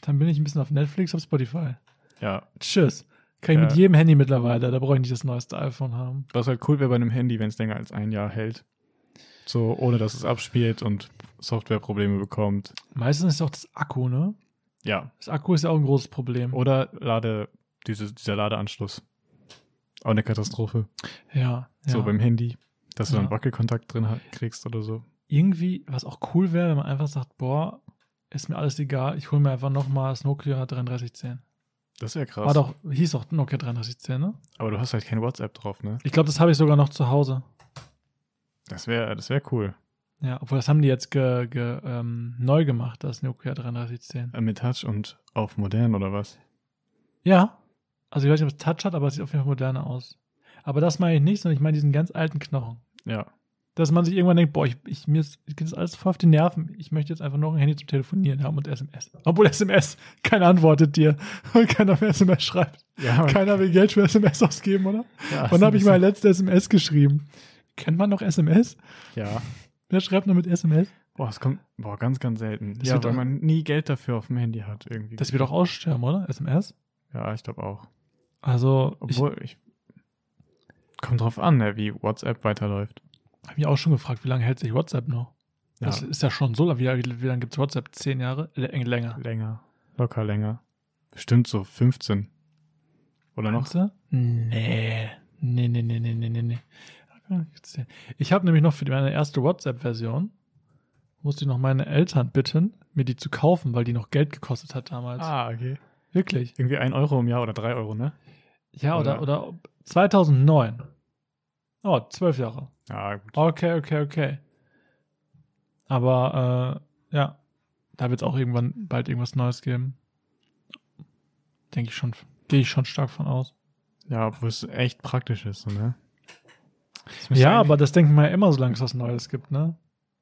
Speaker 1: Dann bin ich ein bisschen auf Netflix, auf Spotify.
Speaker 2: ja,
Speaker 1: Tschüss. Kann ich
Speaker 2: Ja.
Speaker 1: mit jedem Handy mittlerweile. Da brauche ich nicht das neueste iPhone haben.
Speaker 2: was halt cool wäre bei einem Handy, wenn es länger als ein Jahr hält. So, ohne dass es abspielt und Softwareprobleme bekommt.
Speaker 1: Meistens ist auch das Akku, ne?
Speaker 2: Ja.
Speaker 1: Das Akku ist ja auch ein großes Problem.
Speaker 2: Oder Lade, diese, dieser Ladeanschluss. Auch eine Katastrophe.
Speaker 1: Ja, ja.
Speaker 2: So beim Handy. Dass du
Speaker 1: Ja.
Speaker 2: dann Wackelkontakt drin hat, kriegst oder so.
Speaker 1: irgendwie, was auch cool wäre, wenn man einfach sagt, boah, ist mir alles egal, ich hole mir einfach nochmal das Nokia 3310.
Speaker 2: Das wäre krass.
Speaker 1: War doch, hieß doch Nokia 3310, ne?
Speaker 2: Aber du hast halt kein WhatsApp drauf, ne?
Speaker 1: Ich glaube, das habe ich sogar noch zu Hause.
Speaker 2: Das wäre das wär cool.
Speaker 1: Ja, obwohl das haben die jetzt ge, ge, ähm, neu gemacht, das Nokia 3310.
Speaker 2: Äh, Mit Touch und auf modern oder was?
Speaker 1: Ja, also ich weiß nicht, ob es Touch hat, aber es sieht auf jeden Fall moderner aus. Aber das meine ich nicht, sondern ich meine diesen ganz alten Knochen.
Speaker 2: Ja.
Speaker 1: dass man sich irgendwann denkt, boah, ich, ich mir ist- geht das alles voll auf die Nerven. Ich möchte jetzt einfach noch ein Handy zum Telefonieren haben und SMS. Obwohl SMS, [LAUGHS] keiner antwortet dir. [LAUGHS] Und keiner mehr SMS schreibt. [LAUGHS]
Speaker 2: Ja, aber-
Speaker 1: Keiner will Geld für SMS ausgeben, oder?
Speaker 2: ja,
Speaker 1: Wann habe ich
Speaker 2: das-
Speaker 1: meine letzte SMS geschrieben? Kennt man noch SMS?
Speaker 2: Ja.
Speaker 1: Wer schreibt noch mit SMS?
Speaker 2: Boah, es kommt boah, ganz, ganz selten.
Speaker 1: Das
Speaker 2: ja,
Speaker 1: wird
Speaker 2: weil
Speaker 1: doch-
Speaker 2: man nie Geld dafür auf dem Handy hat irgendwie.
Speaker 1: Das wird auch aussterben, oder? SMS?
Speaker 2: ja, ich glaube auch.
Speaker 1: Also, ich
Speaker 2: Obwohl, ich, kommt drauf an, ne, wie WhatsApp weiterläuft.
Speaker 1: habe mich auch schon gefragt, wie lange hält sich WhatsApp noch?
Speaker 2: Ja.
Speaker 1: Das ist ja schon so lange. Wie, wie lange gibt es WhatsApp? Zehn Jahre? L äh, länger.
Speaker 2: Länger. Locker länger. Bestimmt so 15. Oder noch?
Speaker 1: Meinst du? Nee. Nee, nee, nee, nee, nee, nee, nee. Ich habe nämlich noch für meine erste WhatsApp-Version, musste ich noch meine Eltern bitten, mir die zu kaufen, weil die noch Geld gekostet hat damals.
Speaker 2: Ah, okay.
Speaker 1: Wirklich?
Speaker 2: Irgendwie 1 Euro im Jahr oder 3 Euro, ne?
Speaker 1: Ja, oder,
Speaker 2: Ja.
Speaker 1: oder 2009. Oh, zwölf Jahre.
Speaker 2: Ja, gut.
Speaker 1: Okay, okay, okay. Aber äh, ja, da wird es auch irgendwann bald irgendwas Neues geben. Denke ich schon, gehe ich schon stark von aus.
Speaker 2: Ja, obwohl es echt praktisch ist, so, ne? Das müsste
Speaker 1: Ja,
Speaker 2: eigentlich-
Speaker 1: aber das denken wir ja immer, solange es was Neues gibt, ne?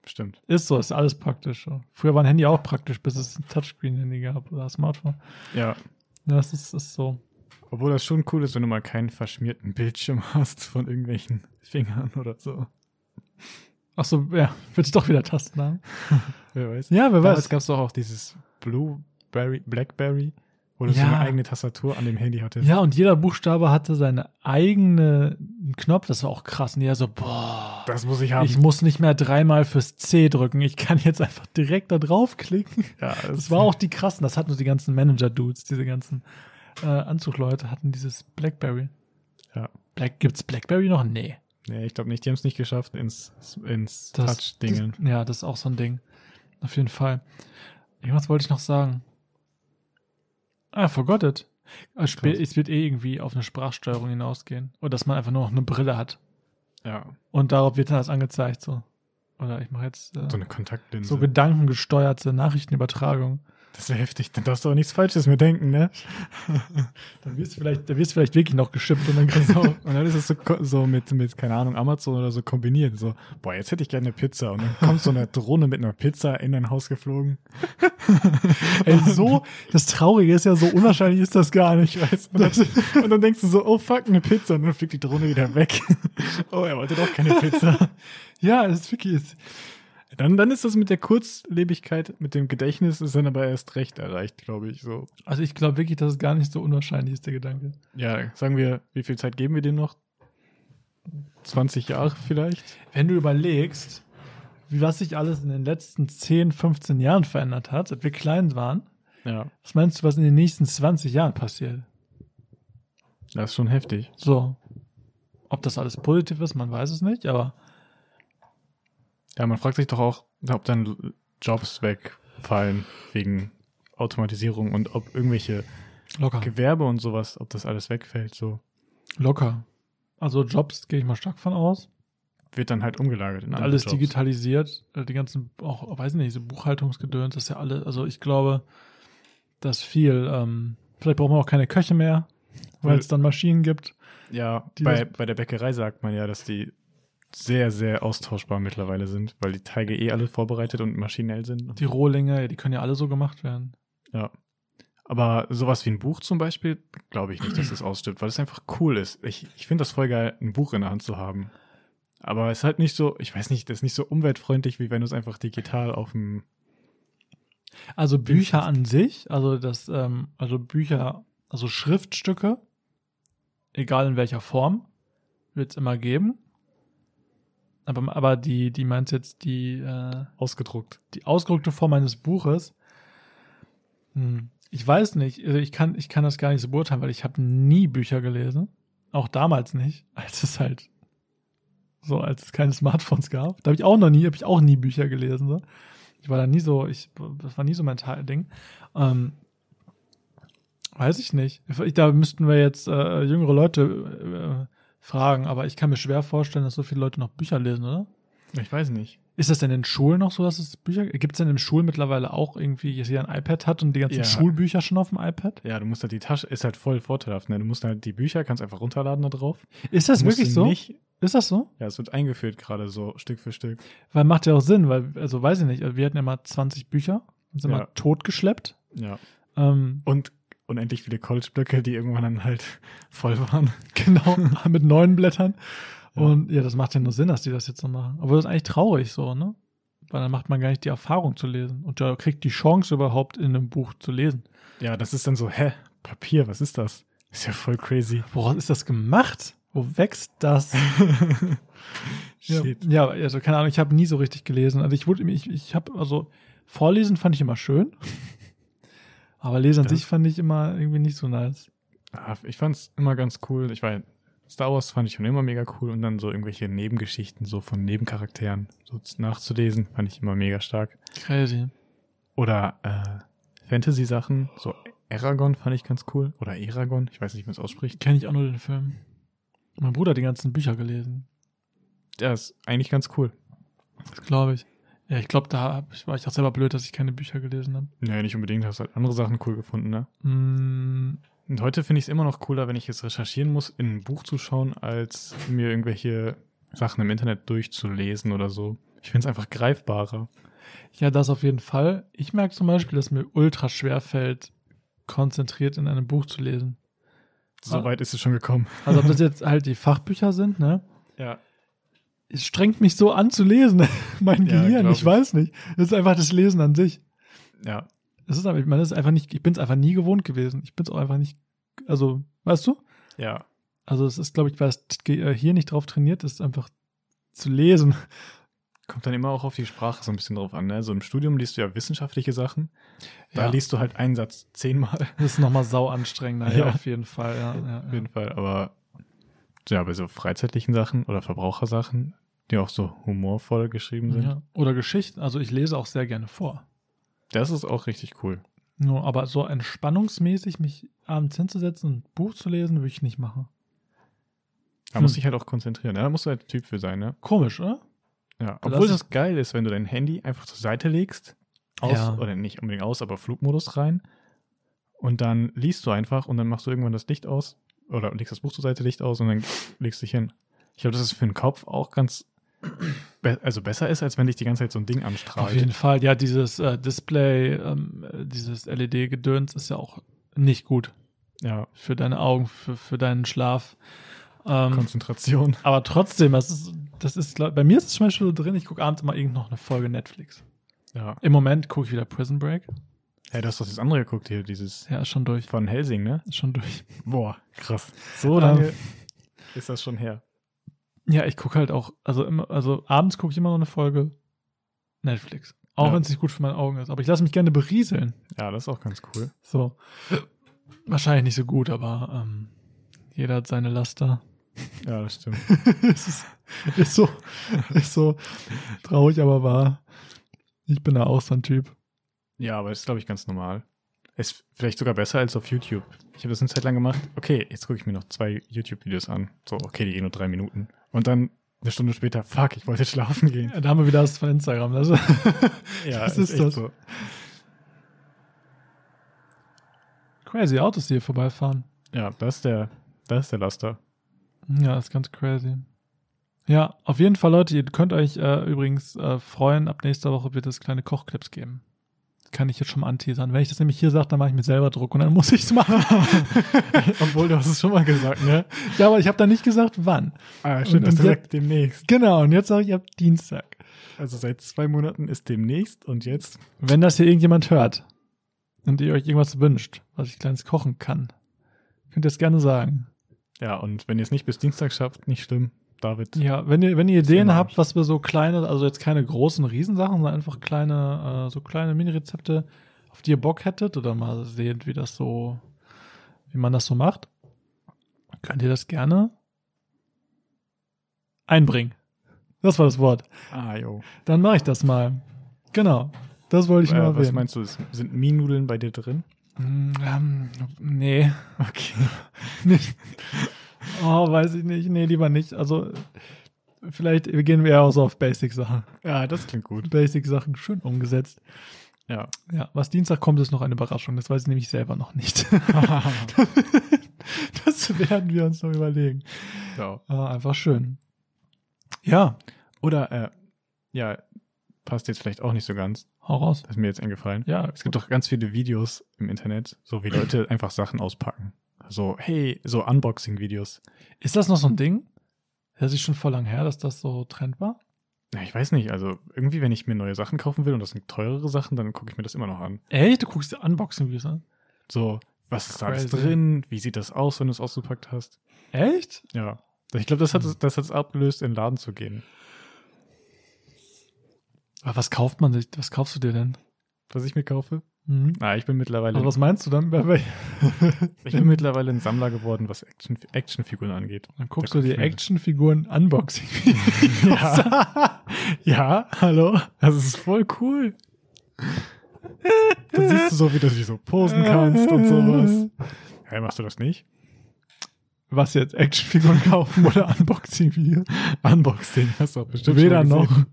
Speaker 2: Stimmt.
Speaker 1: Ist so, ist alles praktisch. So. Früher war ein Handy auch praktisch, bis es ein Touchscreen-Handy gab oder ein Smartphone.
Speaker 2: Ja.
Speaker 1: Ja, das ist, ist so.
Speaker 2: Obwohl das schon cool ist, wenn du mal keinen verschmierten Bildschirm [LAUGHS] hast von irgendwelchen Fingern oder so.
Speaker 1: Achso, ja, [LAUGHS] willst du doch wieder Tasten haben?
Speaker 2: Wer weiß.
Speaker 1: Ja, wer
Speaker 2: Damals
Speaker 1: weiß.
Speaker 2: gab es doch auch dieses Blueberry, Blackberry, wo du so
Speaker 1: Ja.
Speaker 2: eine eigene Tastatur an dem Handy hattest.
Speaker 1: Ja, und jeder Buchstabe hatte seine eigene Knopf. Das war auch krass. Und jeder so, boah.
Speaker 2: Das muss ich haben.
Speaker 1: Ich muss nicht mehr dreimal fürs C drücken. Ich kann jetzt einfach direkt da draufklicken.
Speaker 2: ja,
Speaker 1: Das war auch die krassen. Das hatten so die ganzen Manager-Dudes, diese ganzen äh, Anzugleute hatten dieses Blackberry.
Speaker 2: Ja.
Speaker 1: Black, gibt's Blackberry noch? Nee.
Speaker 2: Nee, ich glaube nicht. Die haben es nicht geschafft ins, ins
Speaker 1: Das-
Speaker 2: Touch-Dingen.
Speaker 1: das- Ja, das ist auch so ein Ding. Auf jeden Fall. Irgendwas wollte ich noch sagen. Ah, forgot it. Äh, spä-
Speaker 2: Krass.
Speaker 1: Es wird eh irgendwie auf eine Sprachsteuerung hinausgehen. Oder dass man einfach nur noch eine Brille hat.
Speaker 2: Ja.
Speaker 1: Und darauf wird dann das angezeigt. So. Oder ich mache jetzt äh,
Speaker 2: So
Speaker 1: so,
Speaker 2: eine Kontaktlinse.
Speaker 1: gedankengesteuerte Nachrichtenübertragung.
Speaker 2: das wäre heftig. Dann darfst du auch nichts Falsches mehr denken, ne?
Speaker 1: Dann wirst du vielleicht, dann wirst du vielleicht wirklich noch geschippt und dann kriegst du
Speaker 2: So, [LAUGHS]
Speaker 1: auch.
Speaker 2: und dann ist es so, ko- so mit, mit, keine Ahnung, Amazon oder so kombiniert. So, boah, jetzt hätte ich gerne eine Pizza. Und dann kommt so eine Drohne mit einer Pizza in dein Haus geflogen.
Speaker 1: Ey, so, das Traurige ist ja, so unwahrscheinlich ist das gar nicht.
Speaker 2: Weißt du, das, und dann denkst du so, oh fuck, eine Pizza. Und dann fliegt die Drohne wieder weg. oh, er wollte doch keine Pizza.
Speaker 1: Ja, das ist wirklich. Ist,
Speaker 2: Dann, dann ist das mit der Kurzlebigkeit, mit dem Gedächtnis, ist dann aber erst recht erreicht, glaube ich. So.
Speaker 1: also ich glaube wirklich, dass es gar nicht so unwahrscheinlich ist, der Gedanke.
Speaker 2: Ja, sagen wir, wie viel Zeit geben wir dem noch? 20 Jahre vielleicht?
Speaker 1: Wenn du überlegst, wie was sich alles in den letzten 10, 15 Jahren verändert hat, seit wir klein waren,
Speaker 2: Ja,
Speaker 1: was meinst du, was in den nächsten 20 Jahren passiert?
Speaker 2: das ist schon heftig.
Speaker 1: So. Ob das alles positiv ist, man weiß es nicht, aber
Speaker 2: Ja, man fragt sich doch auch, ob dann Jobs wegfallen wegen Automatisierung und ob irgendwelche
Speaker 1: locker.
Speaker 2: Gewerbe und sowas, ob das alles wegfällt, so
Speaker 1: Locker. Also Jobs gehe ich mal stark von aus.
Speaker 2: wird dann halt umgelagert in andere
Speaker 1: alles
Speaker 2: Jobs.
Speaker 1: digitalisiert, äh, die ganzen, auch, weiß nicht, so Buchhaltungsgedöns, das ist ja alle, also ich glaube, dass viel, ähm, vielleicht braucht man auch keine Köche mehr, weil
Speaker 2: Weil-
Speaker 1: es dann Maschinen gibt.
Speaker 2: Ja,
Speaker 1: Die
Speaker 2: bei,
Speaker 1: das-
Speaker 2: bei der Bäckerei sagt man ja, dass die sehr, sehr austauschbar mittlerweile sind, weil die Teige eh alle vorbereitet und maschinell sind.
Speaker 1: Die Rohlinge, die können ja alle so gemacht werden.
Speaker 2: Ja. Aber sowas wie ein Buch zum Beispiel, glaube ich nicht, dass das ausstirbt, weil es einfach cool ist. Ich, ich finde das voll geil, ein Buch in der Hand zu haben. Aber es ist halt nicht so, ich weiß nicht, das ist nicht so umweltfreundlich, wie wenn du es einfach digital auf dem.
Speaker 1: Also Bücher an sich, also das, ähm, also Bücher, also Schriftstücke, egal in welcher Form, wird es immer geben. Aber, aber die, die meint jetzt die, äh,
Speaker 2: ausgedruckt.
Speaker 1: die ausgedruckte Form eines Buches. Hm. Ich weiß nicht, also ich kann, ich kann das gar nicht so beurteilen, weil ich habe nie Bücher gelesen. Auch damals nicht, [LAUGHS] als es halt so, als es keine Smartphones gab. Da habe ich auch noch nie, habe ich auch nie Bücher gelesen. So. Ich war da nie so, ich, das war nie so mein Ta- Ding. Ähm, weiß ich nicht. Ich, da müssten wir jetzt äh, jüngere Leute äh, fragen, aber ich kann mir schwer vorstellen, dass so viele Leute noch Bücher lesen, oder?
Speaker 2: Ich weiß nicht.
Speaker 1: Ist das denn in Schulen noch so, dass es Bücher gibt? Gibt es denn in Schulen mittlerweile auch irgendwie, dass jeder ein iPad hat und die ganzen
Speaker 2: Ja.
Speaker 1: Schulbücher schon auf dem iPad?
Speaker 2: Ja, du musst halt die Tasche, ist halt voll vorteilhaft. Ne? Du musst halt die Bücher, kannst einfach runterladen da drauf.
Speaker 1: Ist das
Speaker 2: Du musst
Speaker 1: wirklich
Speaker 2: sie
Speaker 1: so?
Speaker 2: Nicht,
Speaker 1: Ist das so?
Speaker 2: ja, es wird eingeführt gerade so Stück für Stück.
Speaker 1: Weil macht ja auch Sinn, weil, also weiß ich nicht, also wir hatten ja mal 20 Bücher und sind
Speaker 2: Ja.
Speaker 1: mal totgeschleppt.
Speaker 2: Ja.
Speaker 1: Ähm,
Speaker 2: Und unendlich viele College-Blöcke, die irgendwann dann halt [LAUGHS] voll waren.
Speaker 1: [LAUGHS] genau, mit neuen Blättern.
Speaker 2: Ja.
Speaker 1: Und ja, das macht ja nur Sinn, dass die das jetzt so machen. Aber das ist eigentlich traurig so, ne? Weil dann macht man gar nicht die Erfahrung zu lesen und ja, kriegt die Chance überhaupt in einem Buch zu lesen.
Speaker 2: Ja, das ist dann so, hä, Papier, was ist das? Ist ja voll [LAUGHS] crazy.
Speaker 1: Woraus ist das gemacht? Wo wächst das? Ja,
Speaker 2: Shit.
Speaker 1: ja, also keine Ahnung, ich habe nie so richtig gelesen. Also ich wurde, ich, ich habe, also vorlesen fand ich immer schön. Aber lesen an
Speaker 2: Ja.
Speaker 1: sich fand ich immer irgendwie nicht so nice.
Speaker 2: Ah, Ich fand's immer ganz cool. Ich war Star Wars fand ich schon immer mega cool und dann so irgendwelche Nebengeschichten so von Nebencharakteren so z- nachzulesen, fand ich immer mega stark.
Speaker 1: Crazy.
Speaker 2: Oder äh, Fantasy-Sachen, so Aragon fand ich ganz cool. Oder Eragon, ich weiß nicht, wie man es ausspricht.
Speaker 1: Kenne ich auch nur den Film. Mein Bruder hat die ganzen Bücher gelesen.
Speaker 2: Ja, ist eigentlich ganz cool.
Speaker 1: Das glaube ich. Ja, ich glaube, da hab, ich- war ich auch selber blöd, dass ich keine Bücher gelesen habe.
Speaker 2: Naja, nicht unbedingt, hast halt andere Sachen cool gefunden, ne?
Speaker 1: Mm,
Speaker 2: Und heute finde ich es immer noch cooler, wenn ich jetzt recherchieren muss, in ein Buch zu schauen, als mir irgendwelche Sachen im Internet durchzulesen oder so. Ich finde es einfach greifbarer.
Speaker 1: ja, das auf jeden Fall. Ich merke zum Beispiel, dass mir ultra schwer fällt, konzentriert in einem Buch zu lesen. Ah.
Speaker 2: Soweit ist es schon gekommen.
Speaker 1: Also ob das jetzt halt die Fachbücher sind, ne?
Speaker 2: Ja,
Speaker 1: es strengt mich so an zu lesen, [LAUGHS] mein
Speaker 2: Ja,
Speaker 1: Gehirn,
Speaker 2: glaub
Speaker 1: ich,
Speaker 2: ich.
Speaker 1: weiß nicht. Es ist einfach das Lesen an sich.
Speaker 2: ja,
Speaker 1: Es ist aber, ich meine, es ist einfach nicht, ich bin es einfach nie gewohnt gewesen. Ich bin es auch einfach nicht, also, weißt du?
Speaker 2: ja.
Speaker 1: Also es ist, glaube ich, weil das Gehirn nicht drauf trainiert ist, einfach zu lesen.
Speaker 2: Kommt dann immer auch auf die Sprache so ein bisschen drauf an. Ne? So im Studium liest du ja wissenschaftliche Sachen. Da
Speaker 1: Ja.
Speaker 2: liest du halt einen Satz zehnmal. [LAUGHS]
Speaker 1: Das ist nochmal sau anstrengender, ja,
Speaker 2: Ja.
Speaker 1: auf jeden Fall. Ja, ja,
Speaker 2: Auf
Speaker 1: ja.
Speaker 2: jeden Fall. Aber ja, bei so freizeitlichen Sachen oder Verbrauchersachen, die auch so humorvoll geschrieben sind,
Speaker 1: Ja. Oder Geschichten, also ich lese auch sehr gerne vor.
Speaker 2: das ist auch richtig cool.
Speaker 1: Nur, aber so entspannungsmäßig mich abends hinzusetzen und ein Buch zu lesen, würde ich nicht machen.
Speaker 2: Da
Speaker 1: Hm.
Speaker 2: musst du dich halt auch konzentrieren. ne? Da musst du halt Typ für sein, ne?
Speaker 1: Komisch, oder?
Speaker 2: Ja,
Speaker 1: Lass
Speaker 2: obwohl
Speaker 1: es-
Speaker 2: das geil ist, wenn du dein Handy einfach zur Seite legst, aus,
Speaker 1: Ja.
Speaker 2: oder nicht unbedingt aus, aber Flugmodus rein. Und dann liest du einfach und dann machst du irgendwann das Licht aus oder legst das Buch zur Seite Licht aus und dann legst dich hin. Ich glaube, das ist für den Kopf auch ganz, be also besser ist, als wenn dich die ganze Zeit so ein
Speaker 1: Auf
Speaker 2: Ding
Speaker 1: jeden
Speaker 2: anstrahlt.
Speaker 1: Fall, ja, dieses äh, Display, ähm, äh, dieses LED-Gedöns ist ja auch nicht gut
Speaker 2: Ja,
Speaker 1: für deine Augen, für, für deinen Schlaf. Ähm,
Speaker 2: Konzentration.
Speaker 1: aber trotzdem, das ist, das ist, glaub- bei mir ist es zum Beispiel so drin, ich gucke abends mal irgend noch eine Folge Netflix.
Speaker 2: Ja.
Speaker 1: Im Moment gucke ich wieder Prison Break.
Speaker 2: Hey, du hast doch das andere geguckt hier, dieses
Speaker 1: Ja, ist schon durch.
Speaker 2: von Helsing, ne?
Speaker 1: Ist schon durch.
Speaker 2: Boah, krass. So
Speaker 1: lange
Speaker 2: lange ist das schon her.
Speaker 1: Ja, ich gucke halt auch, also immer, also abends gucke ich immer noch eine Folge Netflix. Auch
Speaker 2: Ja.
Speaker 1: wenn es nicht gut für meine Augen ist. Aber ich lasse mich gerne berieseln.
Speaker 2: Ja, das ist auch ganz cool.
Speaker 1: So. Wahrscheinlich nicht so gut, aber ähm, jeder hat seine Laster.
Speaker 2: Ja, das stimmt.
Speaker 1: [LAUGHS] es ist, ist so, ist so traurig, aber wahr. Ich bin da auch so ein Typ.
Speaker 2: Ja, aber das ist, glaube ich, ganz normal. Ist vielleicht sogar besser als auf YouTube. Ich habe das eine Zeit lang gemacht. Okay, jetzt gucke ich mir noch zwei YouTube-Videos an. So, okay, die gehen nur drei Minuten. Und dann eine Stunde später, fuck, ich wollte [LAUGHS] schlafen gehen.
Speaker 1: Ja, da haben wir wieder das von Instagram. Das,
Speaker 2: Ja,
Speaker 1: das ist
Speaker 2: echt
Speaker 1: das.
Speaker 2: so.
Speaker 1: [LAUGHS] Crazy Autos, die hier vorbeifahren.
Speaker 2: Ja, das ist der, das ist der Laster.
Speaker 1: Ja, ist ganz crazy. Ja, auf jeden Fall, Leute, ihr könnt euch äh, übrigens äh, freuen. Ab nächster Woche wird es kleine Kochclips geben. Kann ich jetzt schon mal anteasern. Wenn ich das nämlich hier sage, dann mache ich mir selber Druck und dann muss ich es machen.
Speaker 2: Obwohl, du hast es schon mal gesagt, ne?
Speaker 1: ja, aber ich habe da nicht gesagt, wann.
Speaker 2: Ah,
Speaker 1: Und-
Speaker 2: schön, dass
Speaker 1: und
Speaker 2: du
Speaker 1: jetzt-
Speaker 2: sagst demnächst.
Speaker 1: Genau, und jetzt sage ich ab Dienstag.
Speaker 2: Also seit zwei Monaten ist demnächst und jetzt.
Speaker 1: Wenn das hier irgendjemand hört und ihr euch irgendwas wünscht, was ich kleines kochen kann, könnt ihr es gerne sagen.
Speaker 2: Ja, und wenn ihr es nicht bis Dienstag schafft, nicht schlimm. David.
Speaker 1: Ja, wenn ihr, wenn ihr Ideen
Speaker 2: immer
Speaker 1: habt, was wir so kleine, also jetzt keine großen Riesensachen, sondern einfach kleine, äh, so kleine Mini-Rezepte, auf die ihr Bock hättet oder mal seht, wie das so, wie man das so macht, könnt ihr das gerne einbringen. Das war das Wort.
Speaker 2: Ah, jo.
Speaker 1: Dann mache ich das mal. Genau. Das wollte ich nur
Speaker 2: Äh, was
Speaker 1: erwähnen.
Speaker 2: meinst du, es- sind Mienudeln bei dir drin?
Speaker 1: Mm, Ähm, nee. Okay. nicht. Oh, weiß ich nicht. Nee, lieber nicht. Also, vielleicht gehen wir auch so auf Basic-Sachen.
Speaker 2: Ja, das klingt gut.
Speaker 1: Basic-Sachen schön umgesetzt.
Speaker 2: Ja.
Speaker 1: Ja, was Dienstag kommt, ist noch eine Überraschung. Das weiß ich nämlich selber noch
Speaker 2: [LAUGHS]
Speaker 1: nicht. das werden wir uns noch überlegen.
Speaker 2: [LAUGHS] [LAUGHS] ja.
Speaker 1: Aber einfach schön. Ja,
Speaker 2: Oder, äh, ja, passt jetzt vielleicht auch nicht so ganz.
Speaker 1: hau raus.
Speaker 2: Das ist mir jetzt eingefallen.
Speaker 1: Ja,
Speaker 2: Es gibt doch ganz viele Videos im Internet, so wie Leute einfach Sachen auspacken. So, hey, so Unboxing-Videos.
Speaker 1: ist das noch so ein Ding? Das ist schon voll lang her, dass das so Trend war.
Speaker 2: Ja, ich weiß nicht, also irgendwie, wenn ich mir neue Sachen kaufen will und das sind teurere Sachen, dann gucke ich mir das immer noch an.
Speaker 1: Echt? Du guckst dir Unboxing-Videos an?
Speaker 2: So, was ist da alles
Speaker 1: Crazy.
Speaker 2: drin? Wie sieht das aus, wenn du es ausgepackt hast?
Speaker 1: Echt?
Speaker 2: Ja. Ich glaube, das hat es das hat's abgelöst, in den Laden zu gehen.
Speaker 1: Aber was kauft man sich? Was kaufst du dir denn?
Speaker 2: Was ich mir kaufe?
Speaker 1: Mhm.
Speaker 2: Na, ich bin mittlerweile,
Speaker 1: Also was meinst du dann?
Speaker 2: ich bin mittlerweile ein Sammler geworden, was Action, Actionfiguren angeht.
Speaker 1: Dann guckst
Speaker 2: Da
Speaker 1: du
Speaker 2: guck
Speaker 1: dir
Speaker 2: ich mir-
Speaker 1: Actionfiguren
Speaker 2: [LAUGHS]
Speaker 1: Unboxing.
Speaker 2: Ja. [LAUGHS] ja, hallo. Das ist voll cool. Dann siehst du so, wie du dich so posen kannst und sowas. Hey, machst du das nicht?
Speaker 1: Was jetzt Actionfiguren kaufen oder Unboxing Videos?
Speaker 2: Unboxing hast du auch bestimmt
Speaker 1: Weder
Speaker 2: schon mal
Speaker 1: noch.
Speaker 2: gesehen.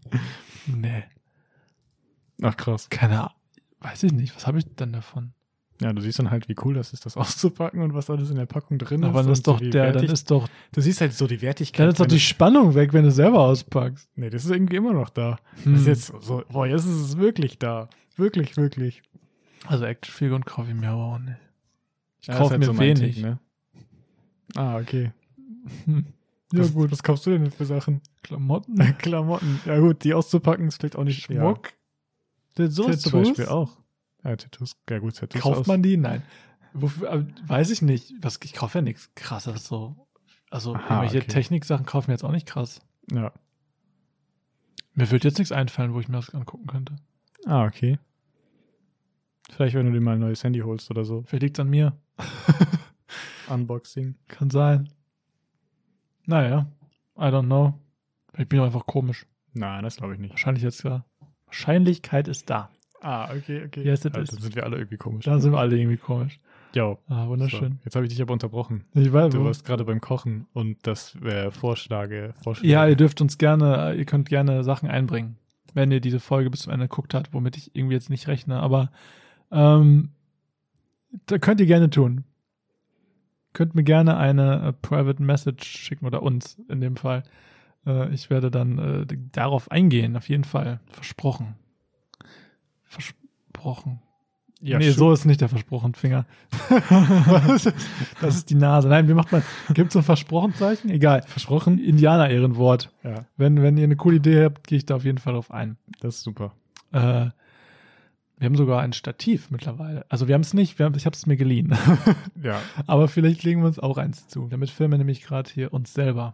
Speaker 1: Nee,
Speaker 2: Ach krass.
Speaker 1: keine Ahnung. Weiß ich nicht, was habe ich denn davon?
Speaker 2: Ja, du siehst dann halt, wie cool das ist, das auszupacken und was alles in der Packung drin ist.
Speaker 1: Aber dann
Speaker 2: und
Speaker 1: ist doch
Speaker 2: wie
Speaker 1: der, dann
Speaker 2: wertig-
Speaker 1: ist doch,
Speaker 2: du siehst halt so die Wertigkeit.
Speaker 1: dann ist doch
Speaker 2: wenn
Speaker 1: die
Speaker 2: es-
Speaker 1: Spannung weg, wenn du es selber auspackst.
Speaker 2: nee, das ist irgendwie immer noch da.
Speaker 1: Hm.
Speaker 2: Das ist jetzt so, boah, jetzt ist es wirklich da. Wirklich, wirklich.
Speaker 1: Also Actionfiguren kaufe ich mir aber auch nicht. Ich
Speaker 2: Ja,
Speaker 1: kaufe
Speaker 2: ist halt
Speaker 1: mir
Speaker 2: so mein
Speaker 1: wenig.
Speaker 2: Ding, ne? Ah, okay.
Speaker 1: Hm.
Speaker 2: Ja,
Speaker 1: Was-
Speaker 2: gut. Was kaufst du denn für Sachen?
Speaker 1: Klamotten,
Speaker 2: [LAUGHS] Klamotten. Ja, gut, die auszupacken ist vielleicht auch nicht
Speaker 1: Schmuck.
Speaker 2: Ja. Tattoos
Speaker 1: Tattoos?
Speaker 2: zum Beispiel auch. Ja, Tattoos. Ja, gut, Tattoos.
Speaker 1: Kauft
Speaker 2: aus-
Speaker 1: man die? Nein. Wofür, aber weiß ich nicht. Was, ich kaufe ja nichts krasses so. Also
Speaker 2: Aha,
Speaker 1: irgendwelche
Speaker 2: okay.
Speaker 1: Techniksachen kaufen mir jetzt auch nicht krass.
Speaker 2: Ja.
Speaker 1: Mir würde jetzt nichts einfallen, wo ich mir das angucken könnte.
Speaker 2: Ah, okay. Vielleicht, wenn du dir mal ein neues Handy holst oder so.
Speaker 1: Vielleicht liegt's an mir.
Speaker 2: Unboxing.
Speaker 1: Kann sein. Naja, I don't know. Ich bin auch einfach komisch.
Speaker 2: Nein, das glaube ich nicht.
Speaker 1: Wahrscheinlich jetzt ja. Wahrscheinlichkeit ist da.
Speaker 2: Ah, okay, okay.
Speaker 1: Yes, it
Speaker 2: also,
Speaker 1: is.
Speaker 2: Dann sind wir alle irgendwie komisch.
Speaker 1: Da sind wir alle irgendwie komisch.
Speaker 2: Ja.
Speaker 1: Ah, wunderschön.
Speaker 2: So, jetzt habe ich dich aber unterbrochen.
Speaker 1: Ich weiß,
Speaker 2: Du
Speaker 1: wo-
Speaker 2: warst gerade beim Kochen und das äh, Vorschläge, Vorschläge.
Speaker 1: ja, ihr dürft uns gerne, äh, ihr könnt gerne Sachen einbringen, wenn ihr diese Folge bis zum Ende geguckt habt, womit ich irgendwie jetzt nicht rechne, aber ähm, da könnt ihr gerne tun. Könnt mir gerne eine äh, Private Message schicken oder uns in dem Fall. Äh, ich werde dann äh, d- darauf eingehen, auf jeden Fall. Versprochen. Versprochen.
Speaker 2: ja
Speaker 1: nee, so ist nicht der versprochene Finger. [LAUGHS] das ist- das ist die Nase. Nein, wie macht man? Gibt es so ein Versprochenzeichen? Egal. Versprochen? Indianer-Ehrenwort.
Speaker 2: Ja,
Speaker 1: Wenn, wenn ihr eine coole Idee habt, gehe ich da auf jeden Fall drauf ein.
Speaker 2: das ist super.
Speaker 1: Äh, wir haben sogar ein Stativ mittlerweile. Also wir haben es nicht, wir haben, ich habe es mir geliehen. [LAUGHS]
Speaker 2: Ja.
Speaker 1: Aber vielleicht legen wir uns auch eins zu. Damit filmen wir nämlich gerade hier uns selber.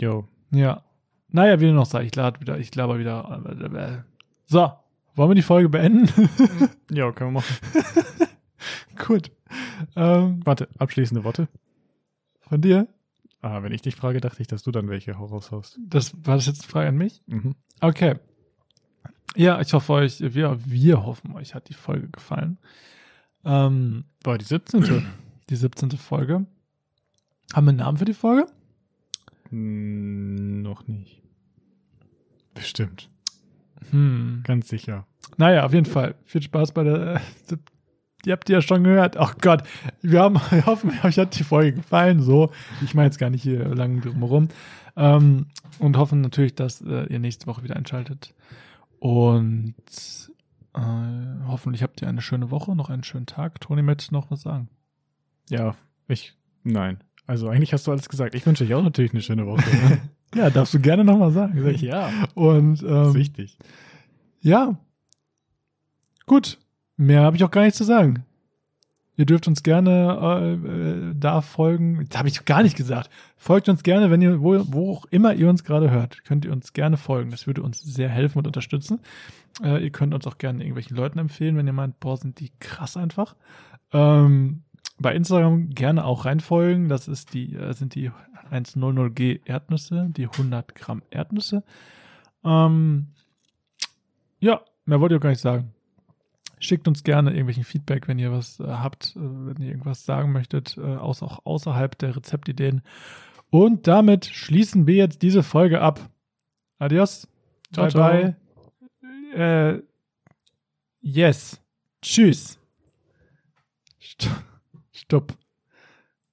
Speaker 2: Jo.
Speaker 1: Ja. Naja, wie dem noch sei, ich lade wieder, ich laber wieder. äh, So, wollen wir die Folge beenden? [LAUGHS]
Speaker 2: Ja, können wir machen.
Speaker 1: Gut. Ähm,
Speaker 2: Warte, abschließende Worte.
Speaker 1: von dir?
Speaker 2: Ah, wenn ich dich frage, dachte ich, dass du dann welche raushaust.
Speaker 1: Das war das jetzt eine Frage an mich?
Speaker 2: Mhm.
Speaker 1: Okay. Ja, ich hoffe euch, wir, wir hoffen, euch hat die Folge gefallen. Ähm,
Speaker 2: Boah, die 17.
Speaker 1: die 17. Folge. Haben wir einen Namen für die Folge?
Speaker 2: Hm, noch nicht. Bestimmt.
Speaker 1: Hm.
Speaker 2: Ganz sicher.
Speaker 1: Naja, auf jeden Fall. Viel Spaß bei der. Äh, sieb- die habt ihr ja schon gehört. Ach Gott, wir, haben, [LAUGHS] wir hoffen, euch hat die Folge gefallen. So, ich mache jetzt gar nicht hier lang drum herum. Ähm, und hoffen natürlich, dass äh, ihr nächste Woche wieder einschaltet. Und äh, hoffentlich habt ihr eine schöne Woche, noch einen schönen Tag. Toni, möchtest du noch was sagen?
Speaker 2: Ja, ich. Nein. Also eigentlich hast du alles gesagt. Ich wünsche dir auch natürlich eine schöne Woche. ne?
Speaker 1: Ja, darfst du gerne nochmal sagen.
Speaker 2: [LAUGHS] ja.
Speaker 1: Und
Speaker 2: Das
Speaker 1: ähm,
Speaker 2: ist wichtig.
Speaker 1: ja, gut. Mehr habe ich auch gar nicht zu sagen. Ihr dürft uns gerne äh, äh, da folgen. Jetzt habe ich gar nicht gesagt. Folgt uns gerne, wenn ihr, wo, wo auch immer ihr uns gerade hört, könnt ihr uns gerne folgen. Das würde uns sehr helfen und unterstützen. Äh, ihr könnt uns auch gerne irgendwelchen Leuten empfehlen, wenn ihr meint, boah, sind die krass einfach. Ähm, bei Instagram gerne auch reinfolgen. Das ist die, äh, sind die 100G Erdnüsse, die 100 Gramm Erdnüsse. Ähm, ja, mehr wollte ich auch gar nicht sagen. Schickt uns gerne irgendwelchen Feedback, wenn ihr was äh, habt, äh, wenn ihr irgendwas sagen möchtet, äh, außer, auch außerhalb der Rezeptideen. Und damit schließen wir jetzt diese Folge ab. Adios.
Speaker 2: Ciao,
Speaker 1: bye bye. Äh, yes. Tschüss. Sto- [LAUGHS] Stopp.